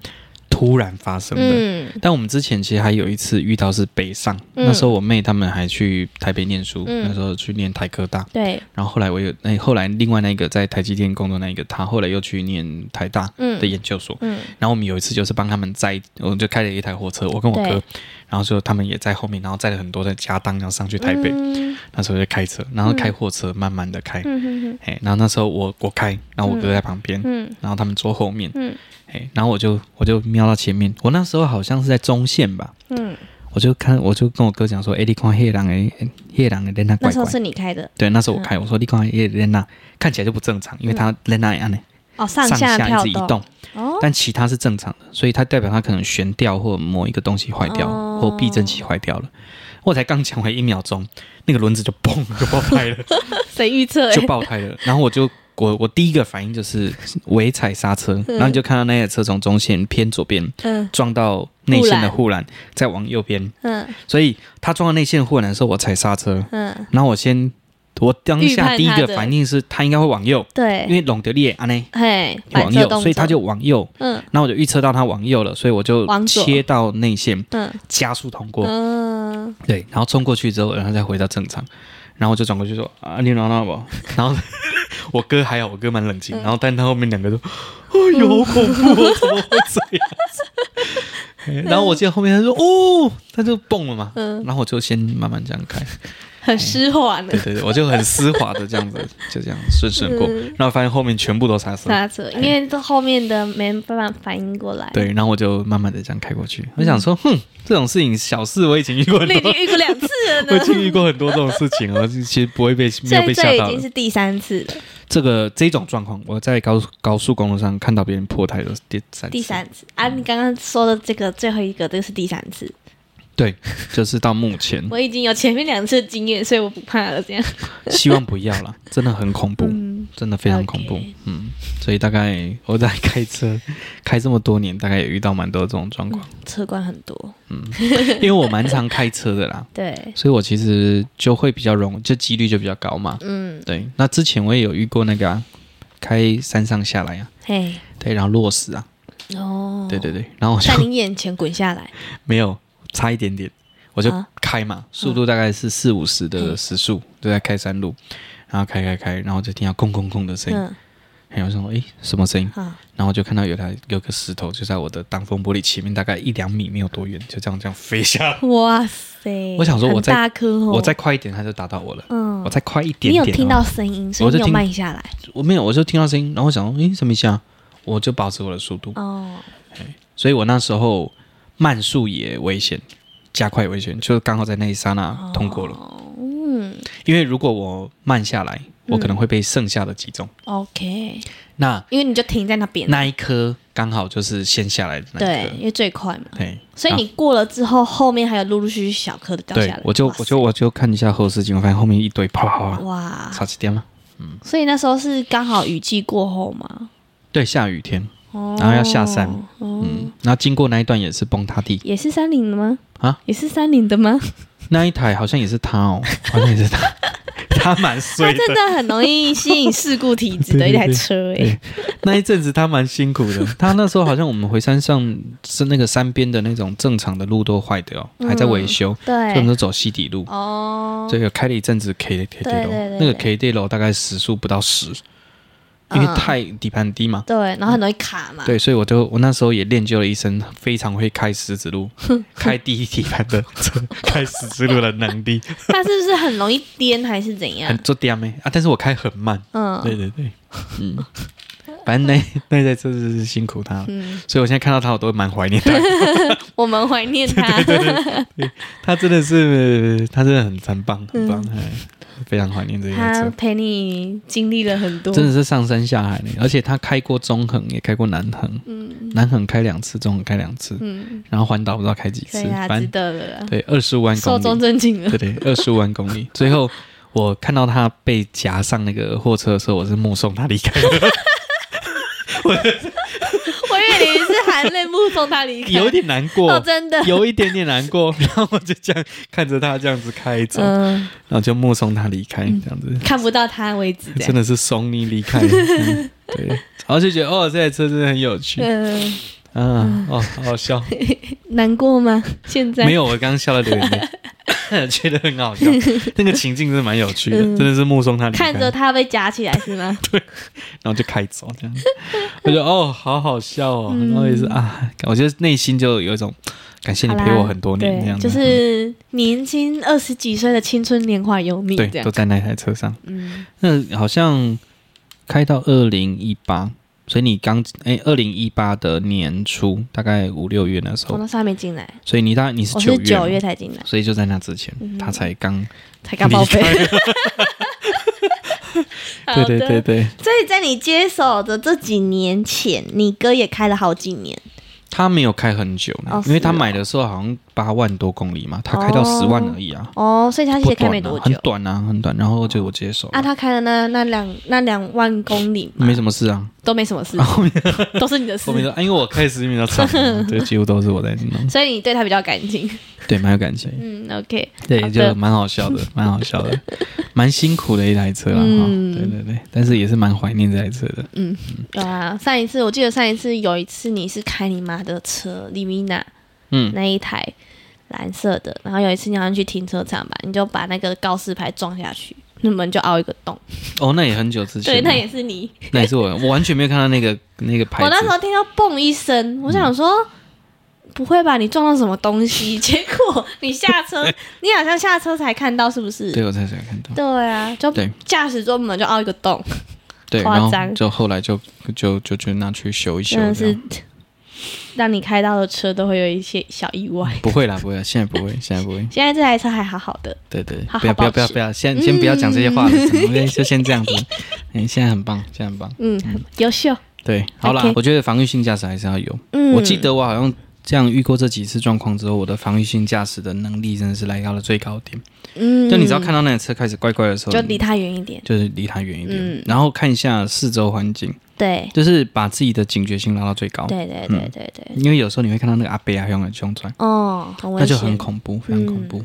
S2: 突然发生的。
S1: 嗯
S2: 但我们之前其实还有一次遇到是北上，
S1: 嗯
S2: 那时候我妹她们还去台北念书，
S1: 嗯
S2: 那时候去念台科大，
S1: 对，
S2: 然后后来我有那、后来另外那个在台积电工作那一个，她后来又去念台大
S1: 嗯
S2: 的研究所。
S1: 嗯
S2: 然后我们有一次就是帮他们载，我们就开了一台火车，我跟我
S1: 对
S2: 哥，然后就他们也在后面，然后载了很多在家当，然后上去台北。
S1: 嗯
S2: 那时候就开车，然后开货车，慢慢的开，
S1: 嗯嗯
S2: 哎、然后那时候我我开，然后我哥在旁边，
S1: 嗯
S2: 然后他们坐后面，
S1: 嗯
S2: 哎、然后我就我就瞄到前面，我那时候好像是在中线吧，
S1: 嗯，
S2: 我就看我就跟我哥讲说，哎、你看黑狼诶，黑狼的人那
S1: 那
S2: 怪
S1: 时候
S2: 怪，
S1: 是你开的
S2: 对，那时候我开，我说你看黑人那看起来就不正常，因为他人那样呢，
S1: 哦，嗯上
S2: 上
S1: 下
S2: 下
S1: 跳
S2: 一直移
S1: 动
S2: 动，
S1: 哦，
S2: 但其他是正常的，所以它代表它可能悬吊或某一个东西坏掉，
S1: 哦
S2: 或避震器坏掉了。我才刚讲完一秒钟，那个轮子就砰就爆胎 了。
S1: 谁预测欸？
S2: 就爆胎了。然后我就我我第一个反应就是尾踩刹车，然后你就看到那台车从中线偏左边
S1: 嗯
S2: 撞到内线的护栏，再往右边。
S1: 嗯
S2: 所以它撞到内线护栏的时候，我踩刹车，
S1: 嗯，
S2: 然后我先我当
S1: 预判它
S2: 下
S1: 的
S2: 第一个反应是它应该会往右，因
S1: 对，
S2: 为拢德烈安呢
S1: 嘿，
S2: 往
S1: 反射
S2: 右，
S1: 动
S2: 所以它
S1: 作
S2: 就往右。
S1: 嗯
S2: 然后我就预测到它往右了，所以我就
S1: 往左
S2: 切到内线
S1: 嗯
S2: 加速通过，
S1: 嗯，
S2: 对，然后冲过去之后，然后再回到正常，然后我就转过去说啊，你拿到不？ 然后我哥还好，我哥蛮冷
S1: 嗯
S2: 静，然后但他后面两个都，哎呦，好恐怖哦，怎么会这样子？ 哎然后我记得后面他说哦，他就蹦了嘛，
S1: 嗯
S2: 然后我就先慢慢这样开，
S1: 很湿滑呢
S2: 哎对，对对，我就很丝滑的这样子，就这样 顺顺过，
S1: 嗯
S2: 然后发现后面全部都刹车，
S1: 刹车，因为这后面的没办法反应过来。
S2: 对，然后我就慢慢的这样开过去，我想说，
S1: 嗯
S2: 哼，这种事情小事，我已经遇过很
S1: 那已
S2: 多
S1: 经。遇过两次了
S2: 我已
S1: 呢，
S2: 经遇过很多这种事情了，其实不会被没有
S1: 这
S2: 被吓
S1: 这已
S2: 到的
S1: 经。是第三次了，
S2: 这个这种状况，我在高速高速公路上看到别人破胎的是第三次
S1: 第三次啊！你刚刚说的这个最后一个，这个是第三次，
S2: 对，就是到目前
S1: 我已经有前面两次的经验，所以我不怕了。这样，
S2: 希望不要了，真的很恐怖，
S1: 嗯
S2: 真的非常恐怖
S1: OK
S2: 嗯，所以大概我在开车开这么多年，大概也遇到蛮多这种 状况，
S1: 车管很多，
S2: 因为我蛮常开车的啦，
S1: 对，
S2: 所以我其实就会比较容，就几率就比较高嘛。
S1: 嗯，
S2: 对，那之前我也有遇过那个、啊、开山上下来啊，
S1: 嘿，
S2: 对，然后落石啊，
S1: 哦，
S2: 对对，对，然后我就
S1: 在你眼前滚下来，
S2: 没有，差一点点，我就
S1: 啊嗯
S2: 开嘛，速度大概是四五十的时速，就在开山路，然后开开开，然后就听到空空空的声音，
S1: 嗯，
S2: 然后我想说，诶，什么声音？
S1: 啊，
S2: 然后我就看到有台有个石头就在我的挡风玻璃前面，大概一两米没有多远，就这样这样飞下来。
S1: 哇塞，
S2: 我想说我
S1: 很
S2: 在
S1: 大颗哦，
S2: 我再快一点，它就打到我了。
S1: 嗯
S2: 我，再快一点
S1: 你有
S2: 点、哦，
S1: 听到声音，所以
S2: 我就
S1: 你有
S2: 听
S1: 慢下来，
S2: 我没有，我就听到声音，然后我想说，诶，什么意思啊？我就保持我的速度，
S1: 哦，
S2: 所以我那时候慢速也危险，加快也危险，就刚好在那一刹那通过了。
S1: 哦，嗯
S2: 因为如果我慢下来，我可能会被剩下的击中。
S1: 嗯，OK，
S2: 那
S1: 因为你就停在那边，
S2: 那一颗刚好就是先下来的那一
S1: 对，
S2: 颗，
S1: 因为最快嘛。
S2: 对，
S1: 所以你过了之后，后面还有陆陆续续小颗的
S2: 啊
S1: 掉下
S2: 对
S1: 来。
S2: 我就
S1: 哇塞
S2: 我就我就看一下后视镜，我发现后面一堆啪啪啪，
S1: 哇，
S2: 差几点吗？
S1: 嗯所以那时候是刚好雨季过后嘛，
S2: 对，下雨天，
S1: 哦，
S2: 然后要下山，
S1: 哦，
S2: 嗯，然后经过那一段也是崩塌地
S1: 也是山林的吗？
S2: 啊，
S1: 也是山林的 吗？
S2: 那一台好像也是他哦，好像 也是他，他蛮
S1: 它
S2: 衰的
S1: 真，的很容易吸引事故体质 的一台车欸诶、
S2: 对那一阵子他蛮辛苦 的，他那时候好像我们回山上是那个山边的那种正常的路都坏的哦，还在维修，所以我
S1: 嗯对，
S2: 们就走西底路，
S1: 哦，
S2: 这个开了一阵子 K K
S1: 对
S2: D
S1: 对
S2: 楼
S1: 对，
S2: 那个
S1: 对
S2: K D 楼大概时速不到十，因
S1: 嗯
S2: 为
S1: 啊
S2: 太底盘低嘛。
S1: 对，然后很容易卡嘛，
S2: 对，所以我就我那时候也练就了一身非常会开十字路、开第一底盘的 车、开十字路的能 力，
S1: 它是不是很容易颠还是怎样
S2: 很？做嗲妹啊！但是我开很慢，对
S1: 嗯
S2: 对对，嗯， 反正那那台车真是辛苦他了，
S1: 嗯，
S2: 所以我现在看到他我都蛮怀念 他的，
S1: 我们怀 念它。
S2: 他真的是他真的很很棒，很棒，哎非常怀念这台车
S1: 嗯他。陪你经历了很多，
S2: 真的是上山下海呢，而且他开过中横，也开过南横，南横开两次，中横开两次，
S1: 嗯，
S2: 然后环岛不知道开几
S1: 可
S2: 次
S1: 以，啊，
S2: 反
S1: 值
S2: 正
S1: 得了啦，
S2: 对二十五万
S1: 寿
S2: 公
S1: 终
S2: 里，
S1: 正寝了
S2: 对。对，二十五万公 里。最后我看到他被夹上那个货车的时候，我是目送他离开的。
S1: 我以为你是含泪目送他离开，
S2: 有点难
S1: 哦，
S2: 过，
S1: 真 的，
S2: 有一点点难 过。然后我就这样看着他这样子开走，
S1: 嗯，
S2: 然后就目送他离开，这样 子
S1: 看不到他为止，这
S2: 真
S1: 样，
S2: 的是送你 离开。嗯对，然后就觉得哦，这台车真的很有趣，
S1: 嗯，
S2: 嗯，哦，好好笑。
S1: 难过吗？现在
S2: 没有，我刚刚笑了 流眼泪，觉得很好笑。那个情境是蛮有趣的，
S1: 嗯
S2: 真的是目送他离开，
S1: 看着他被夹起来是吗？
S2: 然后就开走这样。我觉得哦，好好笑哦，
S1: 嗯
S2: 然后也是啊，我觉得内心就有一种感谢你
S1: 好啦
S2: 陪我很多年
S1: 对
S2: 这样
S1: 就
S2: 子，
S1: 是年轻二十几岁的青春年华有你
S2: 对
S1: 这，样
S2: 都，在那台车上。
S1: 嗯，
S2: 那好像开到二零一八，所以你刚哎，二零一八的年初，大概五六月那时
S1: 我
S2: 候，
S1: 那时候还没进来，
S2: 所以你大概你是
S1: 我
S2: 九
S1: 哦是
S2: 月，
S1: 九月，才进来，
S2: 所以就在那之前，
S1: 嗯
S2: 他才刚
S1: 才刚报 备
S2: 离。
S1: 好
S2: 对
S1: 的
S2: 对对对，
S1: 所以在你接手的这几年前，你哥也开了好几年，
S2: 他没有开很久呢，
S1: 哦
S2: 因为他
S1: 是哦
S2: 买的时候好像八万多公里嘛，他开到
S1: 哦
S2: 十万而已啊，
S1: 哦，所以他其
S2: 不
S1: 实开
S2: 短
S1: 没
S2: 啊
S1: 多
S2: 很
S1: 久。
S2: 短啊，很短。然后就我接手了，
S1: 啊，他开了那那两那两万公里嘛，
S2: 没什么事 啊。
S1: 都没什么事，都是你的事
S2: 后，面说，啊因为我开的时间比较长啊， 对，几乎都是我在弄，
S1: 所以你对他比较感情。
S2: 对，蛮有感情，
S1: 嗯，OK，好
S2: 对，
S1: 的
S2: 就蛮好笑 的，蛮好笑的，蛮辛苦的一台车啊，哈
S1: 嗯
S2: 对对对，但是也是蛮怀念这台车 的，
S1: 有啊。上一次我记得上一次有一次你是开你妈的车，李米娜
S2: 嗯，
S1: 那一台蓝色的，然后有一次你好像去停车场吧，你就把那个告示牌撞下去，那门就凹一个洞。
S2: 哦，那也很久之前
S1: 对，
S2: 了，
S1: 那也是你。
S2: 那也是我，我完全没有看到那个那个牌
S1: 我那时
S2: 子，
S1: 候听到嘣一声，我想说。不会吧？你撞到什么东西？ 结果你下车，你好像下车才看到，是不是？
S2: 对我才才看到，
S1: 对啊，就
S2: 对
S1: 驾驶座门就凹一个洞，
S2: 对，
S1: 夸
S2: 然后
S1: 张
S2: 就后来就就就就拿去修一修，
S1: 真
S2: 这
S1: 的
S2: 样。
S1: 是让你开到的车都会有一些小意外。
S2: 不会啦，不会啦，现在 不会，现在不会。
S1: 现在这台车还好好的，
S2: 对对，
S1: 好
S2: 不要
S1: 好
S2: 不
S1: 保
S2: 要不要
S1: 持
S2: 不要，先先不要讲这些话了，我们就 先这样子。嗯，现在很棒，现在很棒。
S1: 嗯，很优秀。
S2: 对，好啦
S1: OK，
S2: 我觉得防御性驾驶还是要有。
S1: 嗯，
S2: 我记得我好像这样遇过这几次状况之后，我的防御性驾驶的能力真的是来到了最高点。
S1: 嗯，
S2: 就你只要看到那台车开始怪怪的时候，
S1: 就离它远一点。
S2: 就是离它远一点
S1: 嗯，
S2: 然后看一下四周环境，
S1: 对，
S2: 就是把自己的警觉性拉到最高。
S1: 对对
S2: 嗯
S1: 对对对，
S2: 因为有时候你会看到那个阿贝啊，用很凶转，
S1: 哦，很危
S2: 那
S1: 险，
S2: 就很恐怖，
S1: 嗯
S2: 非常恐怖。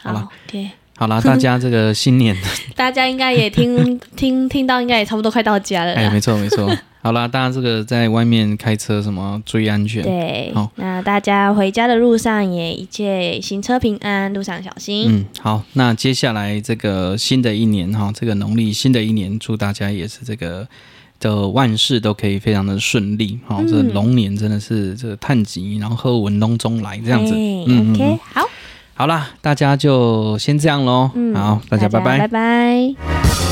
S2: 好啦
S1: 好，OK，
S2: 好啦，大家这个新 年
S1: 大家应该也 听听听到，应该也差不多快到家了
S2: 哎，
S1: 啦。
S2: 没错没错。好啦，大家这个在外面开车什么注意安全。
S1: 对
S2: 好，
S1: 那大家回家的路上也一切行车平安，路上小心。
S2: 嗯，好，那接下来这个新的一年哈，这个农历新的一年，祝大家也是这个的万事都可以非常的顺利哈。
S1: 嗯
S2: 这龙年真的是这个探吉，然后喝文龙中来这样子。
S1: 嘿
S2: 嗯嗯嗯
S1: 哎，OK，好，
S2: 好啦，大家就先这样喽。
S1: 嗯，
S2: 好，大家拜拜
S1: 拜。拜。